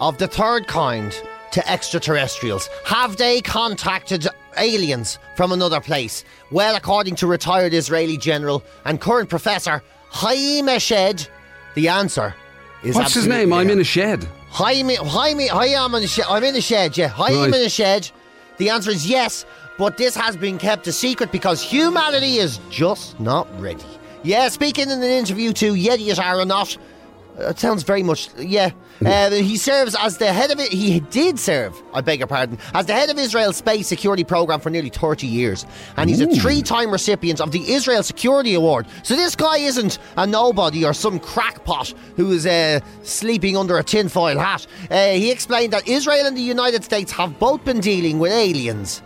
[SPEAKER 2] of the third kind to extraterrestrials? Have they contacted aliens from another place? Well, according to retired Israeli general and current professor Haim Eshed, the answer is
[SPEAKER 1] What's his name? I'm in a shed.
[SPEAKER 2] Jaime, Jaime, Jaime, I'm in a shed. I'm in a shed. Yeah, Jaime
[SPEAKER 1] Right.
[SPEAKER 2] in a shed. The answer is yes, but this has been kept a secret because humanity is just not ready. Yeah, speaking in an interview to Yeti Aronoff, uh, it sounds very much yeah. Uh, he serves as the head of it. He did serve, I beg your pardon, as the head of Israel's space security program for nearly 30 years, and he's a three-time recipient of the Israel Security Award. So this guy isn't a nobody or some crackpot who is uh, sleeping under a tinfoil hat. Uh, he explained that Israel and the United States have both been dealing with aliens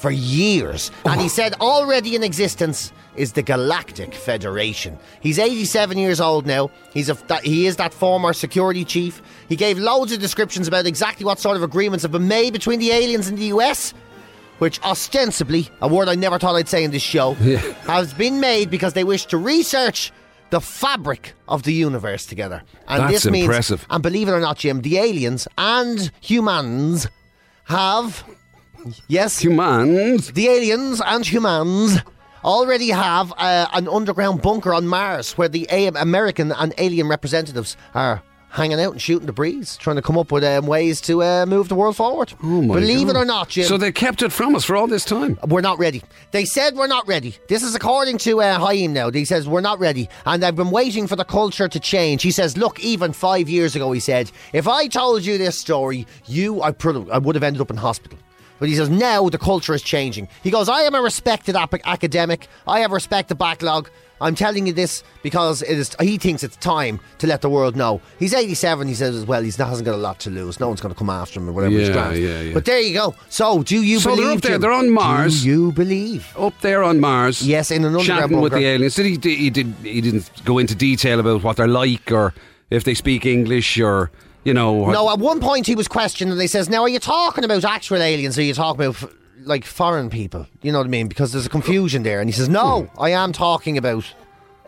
[SPEAKER 2] for years. And
[SPEAKER 1] Oh.
[SPEAKER 2] he said already in existence is the Galactic Federation. He's 87 years old now. He's a, that, he is that former security chief. He gave loads of descriptions about exactly what sort of agreements have been made between the aliens and the US, which ostensibly, a word I never thought I'd say in this show, has been made because they wish to research the fabric of the universe together. And
[SPEAKER 1] That's
[SPEAKER 2] this means,
[SPEAKER 1] impressive.
[SPEAKER 2] And believe it or not, Jim, the aliens and humans have Yes.
[SPEAKER 1] Humans.
[SPEAKER 2] The aliens and humans already have uh, an underground bunker on Mars where the A- American and alien representatives are hanging out and shooting the breeze, trying to come up with um, ways to uh, move the world forward.
[SPEAKER 1] Oh my
[SPEAKER 2] Believe
[SPEAKER 1] God.
[SPEAKER 2] it or not, Jim.
[SPEAKER 1] So they kept it from us for all this time.
[SPEAKER 2] we're not ready. They said we're not ready. This is according to uh, Haim now. He says we're not ready, and I've been waiting for the culture to change. He says, look, even five years ago, he said, if I told you this story, you, I, prob- I would have ended up in hospital. But he says now the culture is changing. He goes, I am a respected ap- academic. I have respected backlog. I'm telling you this because it is. He thinks it's time to let the world know. He's 87. He says as well. He hasn't got a lot to lose. No one's going to come after him or whatever. his
[SPEAKER 1] Yeah,
[SPEAKER 2] draft.
[SPEAKER 1] yeah, yeah.
[SPEAKER 2] But there you go. So do you
[SPEAKER 1] So
[SPEAKER 2] believe?
[SPEAKER 1] they're up there.
[SPEAKER 2] Jim?
[SPEAKER 1] They're on
[SPEAKER 2] Do
[SPEAKER 1] Mars.
[SPEAKER 2] you believe?
[SPEAKER 1] Up there on Mars.
[SPEAKER 2] Yes, in an underground
[SPEAKER 1] chatting with
[SPEAKER 2] bunker.
[SPEAKER 1] the aliens. Did he, he did he didn't go into detail about what they're like or if they speak English or you know
[SPEAKER 2] No, at one point he was questioned, and he says, "Now, are you talking about actual aliens, or are you talking about f- like foreign people? You know what I mean? Because there's a confusion there." And he says, "No, I am talking about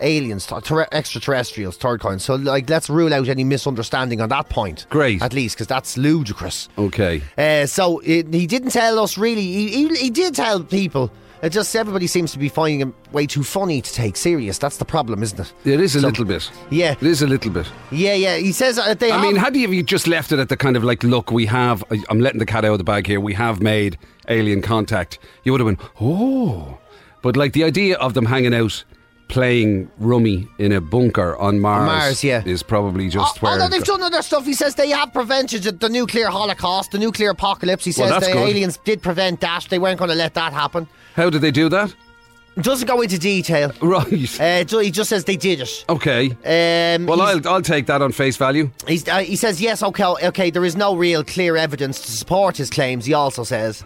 [SPEAKER 2] aliens, t- ter- extraterrestrials, third kind. So, like, let's rule out any misunderstanding on that point. Great, at least, because that's ludicrous."
[SPEAKER 1] Okay.
[SPEAKER 2] Uh, so it, he didn't tell us really. He, he, he did tell people. It just everybody seems to be finding him way too funny to take serious. That's the problem, isn't it?
[SPEAKER 1] It is a
[SPEAKER 2] So-
[SPEAKER 1] little bit.
[SPEAKER 2] Yeah.
[SPEAKER 1] It is a little bit.
[SPEAKER 2] Yeah, yeah. He says uh, they.
[SPEAKER 1] I mean,
[SPEAKER 2] have-
[SPEAKER 1] had you, you just left it at the kind of like, look, we have, I- I'm letting the cat out of the bag here, we have made alien contact, you would have been, oh. But like the idea of them hanging out playing rummy in a bunker on Mars,
[SPEAKER 2] Mars, yeah.
[SPEAKER 1] is probably just where.
[SPEAKER 2] Although
[SPEAKER 1] it
[SPEAKER 2] they've
[SPEAKER 1] go-
[SPEAKER 2] done other stuff, he says they have prevented the- the nuclear holocaust, the nuclear apocalypse. He
[SPEAKER 1] Well,
[SPEAKER 2] says
[SPEAKER 1] that's
[SPEAKER 2] the
[SPEAKER 1] good.
[SPEAKER 2] aliens did prevent that. They weren't going to let that happen.
[SPEAKER 1] How did they do that?
[SPEAKER 2] Doesn't go into detail.
[SPEAKER 1] Right.
[SPEAKER 2] Uh, ju- he just says they did it.
[SPEAKER 1] Okay.
[SPEAKER 2] Um,
[SPEAKER 1] well,
[SPEAKER 2] he's-
[SPEAKER 1] I'll, I'll take that on face value.
[SPEAKER 2] He's, uh, he says yes. Okay, okay. There is no real clear evidence to support his claims. He also says,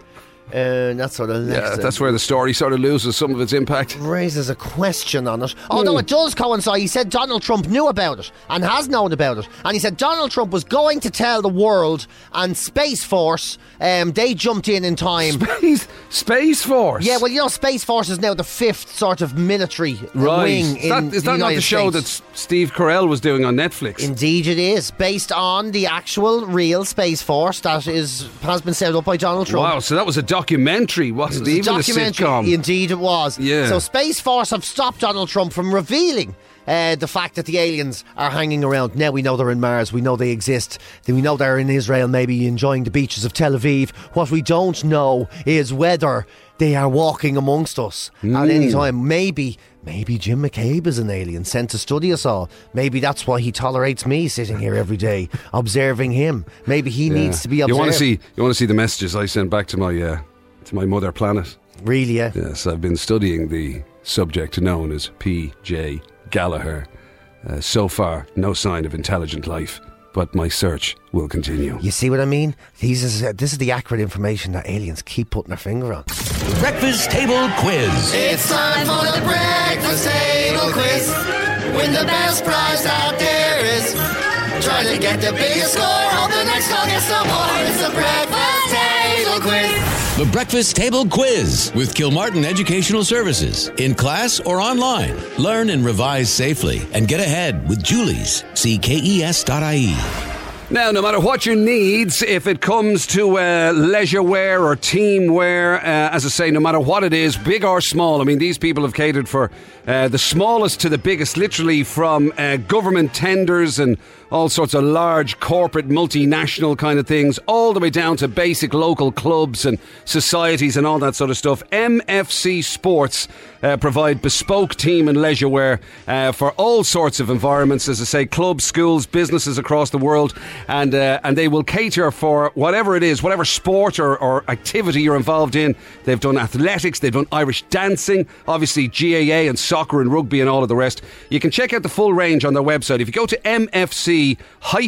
[SPEAKER 2] uh, and that's sort of
[SPEAKER 1] Yeah, that's where the story sort of loses some of its impact.
[SPEAKER 2] raises a question on it.
[SPEAKER 1] Hmm.
[SPEAKER 2] Although it does coincide, he said Donald Trump knew about it and has known about it. And he said Donald Trump was going to tell the world and Space Force, um, they jumped in in time.
[SPEAKER 1] Space, Space Force?
[SPEAKER 2] Yeah, well, you know, Space Force is now the fifth sort of military
[SPEAKER 1] Right.
[SPEAKER 2] wing
[SPEAKER 1] Is that,
[SPEAKER 2] in
[SPEAKER 1] is
[SPEAKER 2] the
[SPEAKER 1] that not
[SPEAKER 2] United
[SPEAKER 1] the show
[SPEAKER 2] States.
[SPEAKER 1] that S- Steve Carell was doing on Netflix?
[SPEAKER 2] Indeed, it is based on the actual real Space Force that is has been set up by Donald Trump.
[SPEAKER 1] Wow, so that was a documentary, wasn't it?
[SPEAKER 2] It was
[SPEAKER 1] Even
[SPEAKER 2] a
[SPEAKER 1] a
[SPEAKER 2] documentary.
[SPEAKER 1] sitcom.
[SPEAKER 2] Indeed, it was.
[SPEAKER 1] Yeah.
[SPEAKER 2] So Space Force have stopped Donald Trump from revealing. Uh, the fact that the aliens are hanging around now we know they're in Mars we know they exist then we know they're in Israel maybe enjoying the beaches of Tel Aviv what we don't know is whether they are walking amongst us at
[SPEAKER 1] Hmm.
[SPEAKER 2] any time maybe maybe Jim McCabe is an alien sent to study us all maybe that's why he tolerates me sitting here every day observing him maybe he
[SPEAKER 1] Yeah.
[SPEAKER 2] needs to be observed
[SPEAKER 1] You want to see? You want to see the messages I sent back to my uh, to my mother planet?
[SPEAKER 2] Really? Yeah.
[SPEAKER 1] Yes, I've been studying the subject known as P.J. Gallagher. Uh, so far, no sign of intelligent life, but my search will continue.
[SPEAKER 2] You see what I mean? These is uh, this is the accurate information that aliens keep putting their finger on.
[SPEAKER 5] Breakfast Table Quiz.
[SPEAKER 6] It's time for the breakfast table quiz. Win the best prize out there is. Try to get the biggest score. Hope the next call gets the more. It's the breakfast table quiz.
[SPEAKER 5] The Breakfast Table Quiz with Kilmartin Educational Services. In class or online, learn and revise safely and get ahead with Julie's. E See KES.ie.
[SPEAKER 1] Now, no matter what your needs, if it comes to uh, leisure wear or team wear, uh, as I say, no matter what it is, big or small, I mean, these people have catered for uh, the smallest to the biggest, literally from uh, government tenders and all sorts of large corporate, multinational kind of things, all the way down to basic local clubs and societies and all that sort of stuff. MFC Sports uh, provide bespoke team and leisure wear uh, for all sorts of environments, as I say, clubs, schools, businesses across the world, and uh, and they will cater for whatever it is, whatever sport or, or activity you're involved in. They've done athletics, they've done Irish dancing, obviously GAA and soccer and rugby and all of the rest. You can check out the full range on their website. If you go to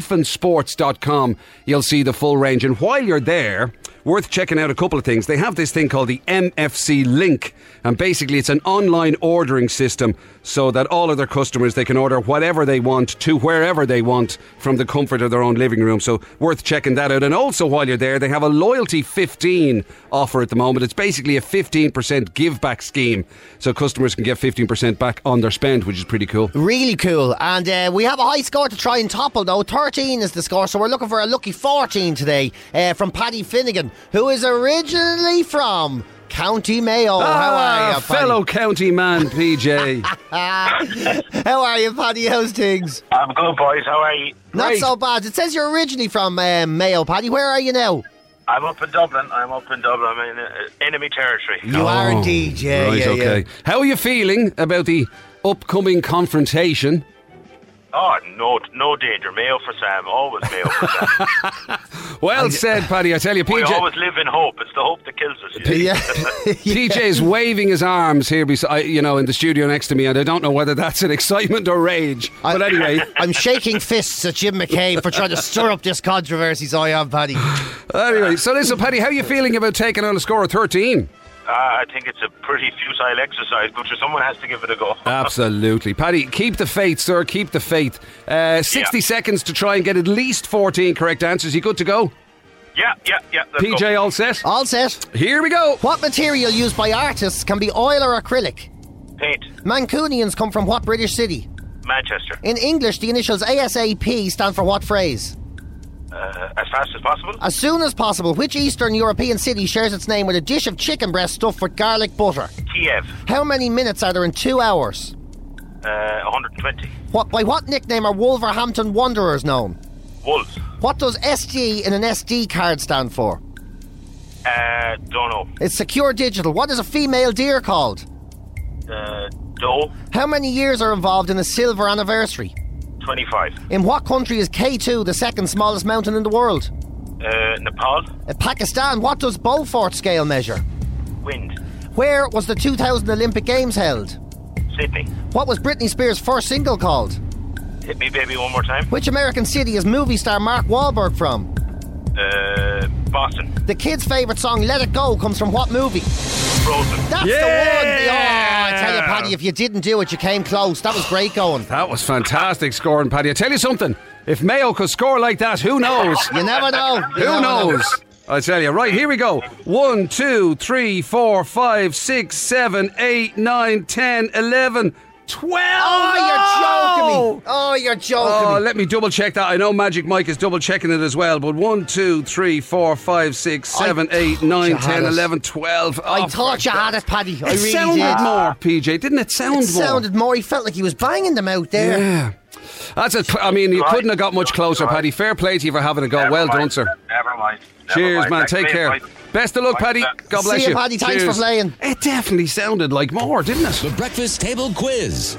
[SPEAKER 1] mfc-sports.com, you'll see the full range. And while you're there, worth checking out a couple of things. They have this thing called the MFC Link, and basically it's an online ordering system so that all of their customers they can order whatever they want to wherever they want from the comfort of their own living room. So worth checking that out. And also while you're there, they have a loyalty 15 offer at the moment. It's basically a 15% give back scheme, so customers can get 15% back on their spend, which is pretty cool.
[SPEAKER 2] Really cool. And uh, we have a high score to try and topple, though. 13 is the score, so we're looking for a lucky 14 today uh, from Paddy Finnegan, who is originally from County Mayo. Oh, How are
[SPEAKER 1] Ah,
[SPEAKER 2] you, Paddy? Ah,
[SPEAKER 1] fellow county man, PJ.
[SPEAKER 2] How are you, Paddy? How's things?
[SPEAKER 7] I'm good, boys. How are you?
[SPEAKER 2] Not so bad. It says you're originally from um, Mayo, Paddy. Where are you now?
[SPEAKER 7] I'm up in Dublin. I'm up in Dublin. I'm in uh, enemy territory.
[SPEAKER 2] You
[SPEAKER 11] Oh,
[SPEAKER 2] are indeed. Yeah,
[SPEAKER 1] Oh, right,
[SPEAKER 2] yeah, yeah.
[SPEAKER 1] okay. How are you feeling about the upcoming confrontation?
[SPEAKER 12] Oh, no, no danger. Mayo for Sam. Always Mayo for Sam.
[SPEAKER 1] Well said, Paddy. I tell you,
[SPEAKER 12] We
[SPEAKER 1] PJ.
[SPEAKER 12] always live in hope. It's the hope that kills us. you see.
[SPEAKER 1] PJ is waving his arms here, beside, you know, in the studio next to me, and I don't know whether that's an excitement or rage. but anyway,
[SPEAKER 2] I'm shaking fists at Jim McCabe for trying to stir up this controversy. So I am, Paddy.
[SPEAKER 1] anyway. So listen, Paddy, how are you feeling about taking on a score of thirteen?
[SPEAKER 12] Uh, I think it's a pretty futile exercise, but sure, someone has to give it a go.
[SPEAKER 1] Uh, Absolutely, Paddy. Keep the faith, sir. Keep the faith. Uh, Sixty seconds to try and get at least fourteen correct answers. You good to go?
[SPEAKER 12] Yeah, yeah, yeah. Let's
[SPEAKER 1] PJ,
[SPEAKER 12] go.
[SPEAKER 1] all set?
[SPEAKER 2] All set.
[SPEAKER 1] Here we go.
[SPEAKER 2] What material used by artists can be oil or acrylic?
[SPEAKER 12] Paint.
[SPEAKER 2] Mancunians come from what British city?
[SPEAKER 12] Manchester.
[SPEAKER 2] In English, the initials ASAP stand for what phrase?
[SPEAKER 12] Uh, as fast as possible.
[SPEAKER 2] As soon as possible, which Eastern European city shares its name with a dish of chicken breast stuffed with garlic butter?
[SPEAKER 12] Kiev.
[SPEAKER 2] How many minutes are there in two hours?
[SPEAKER 12] Uh, 120.
[SPEAKER 2] What by what nickname are Wolverhampton Wanderers known?
[SPEAKER 12] Wolves.
[SPEAKER 2] What does SD in an SD card stand for?
[SPEAKER 12] Uh, don't
[SPEAKER 2] It's secure digital. What is a female deer called?
[SPEAKER 12] know. Uh, Doe.
[SPEAKER 2] How many years are involved in a silver anniversary?
[SPEAKER 12] 25.
[SPEAKER 2] In what country is K2 the second smallest mountain in the world?
[SPEAKER 12] Uh, Nepal.
[SPEAKER 2] In Pakistan, what does Beaufort scale measure?
[SPEAKER 12] Wind.
[SPEAKER 2] Where was the 2000 Olympic Games held?
[SPEAKER 12] Sydney.
[SPEAKER 2] What was Britney Spears' first single called?
[SPEAKER 12] Hit me, baby, one more time.
[SPEAKER 2] Which American city is movie star Mark Wahlberg from?
[SPEAKER 12] Uh, Boston.
[SPEAKER 2] The kids' favourite song, Let It Go, comes from what movie?
[SPEAKER 12] Frozen.
[SPEAKER 2] That's the one! Oh, I tell you, Paddy, if you didn't do it, you came close. That was great going.
[SPEAKER 1] That was fantastic scoring, Paddy. I tell you something. If Mayo could score like that, who knows?
[SPEAKER 2] You never know. You
[SPEAKER 1] Who
[SPEAKER 2] never know.
[SPEAKER 1] knows? I tell you. Right, here we go. One, two, three, four, five, six, seven, eight, nine, ten, eleven, twelve.
[SPEAKER 2] Oh, you're joking me. Oh, you're joking
[SPEAKER 1] Oh,
[SPEAKER 2] me.
[SPEAKER 1] let me double check that. I know Magic Mike is double checking it as well, but one, two, three, four, five, six, seven, eight, nine,
[SPEAKER 2] you had
[SPEAKER 1] ten,
[SPEAKER 2] it.
[SPEAKER 1] eleven, twelve.
[SPEAKER 2] I
[SPEAKER 1] Oh,
[SPEAKER 2] thought you had it, Paddy. I
[SPEAKER 1] it
[SPEAKER 2] really
[SPEAKER 1] sounded
[SPEAKER 2] did.
[SPEAKER 1] more, PJ. Didn't it sound
[SPEAKER 2] It
[SPEAKER 1] more?
[SPEAKER 2] sounded more. He felt like he was banging them out there.
[SPEAKER 1] Yeah. That's a. I mean, you
[SPEAKER 12] Right.
[SPEAKER 1] couldn't have got much closer, Paddy. Fair play to you for having a go. Well done, sir.
[SPEAKER 12] Never mind. Never
[SPEAKER 1] Cheers,
[SPEAKER 12] mind.
[SPEAKER 1] man.
[SPEAKER 12] Thanks,
[SPEAKER 1] Take
[SPEAKER 12] mate.
[SPEAKER 1] care.
[SPEAKER 12] Bye.
[SPEAKER 1] Best of luck,
[SPEAKER 12] Bye.
[SPEAKER 1] Paddy. God bless
[SPEAKER 2] See you, Paddy. Thanks for
[SPEAKER 1] Cheers.
[SPEAKER 2] playing.
[SPEAKER 1] It definitely sounded like more, didn't it?
[SPEAKER 5] The Breakfast Table Quiz.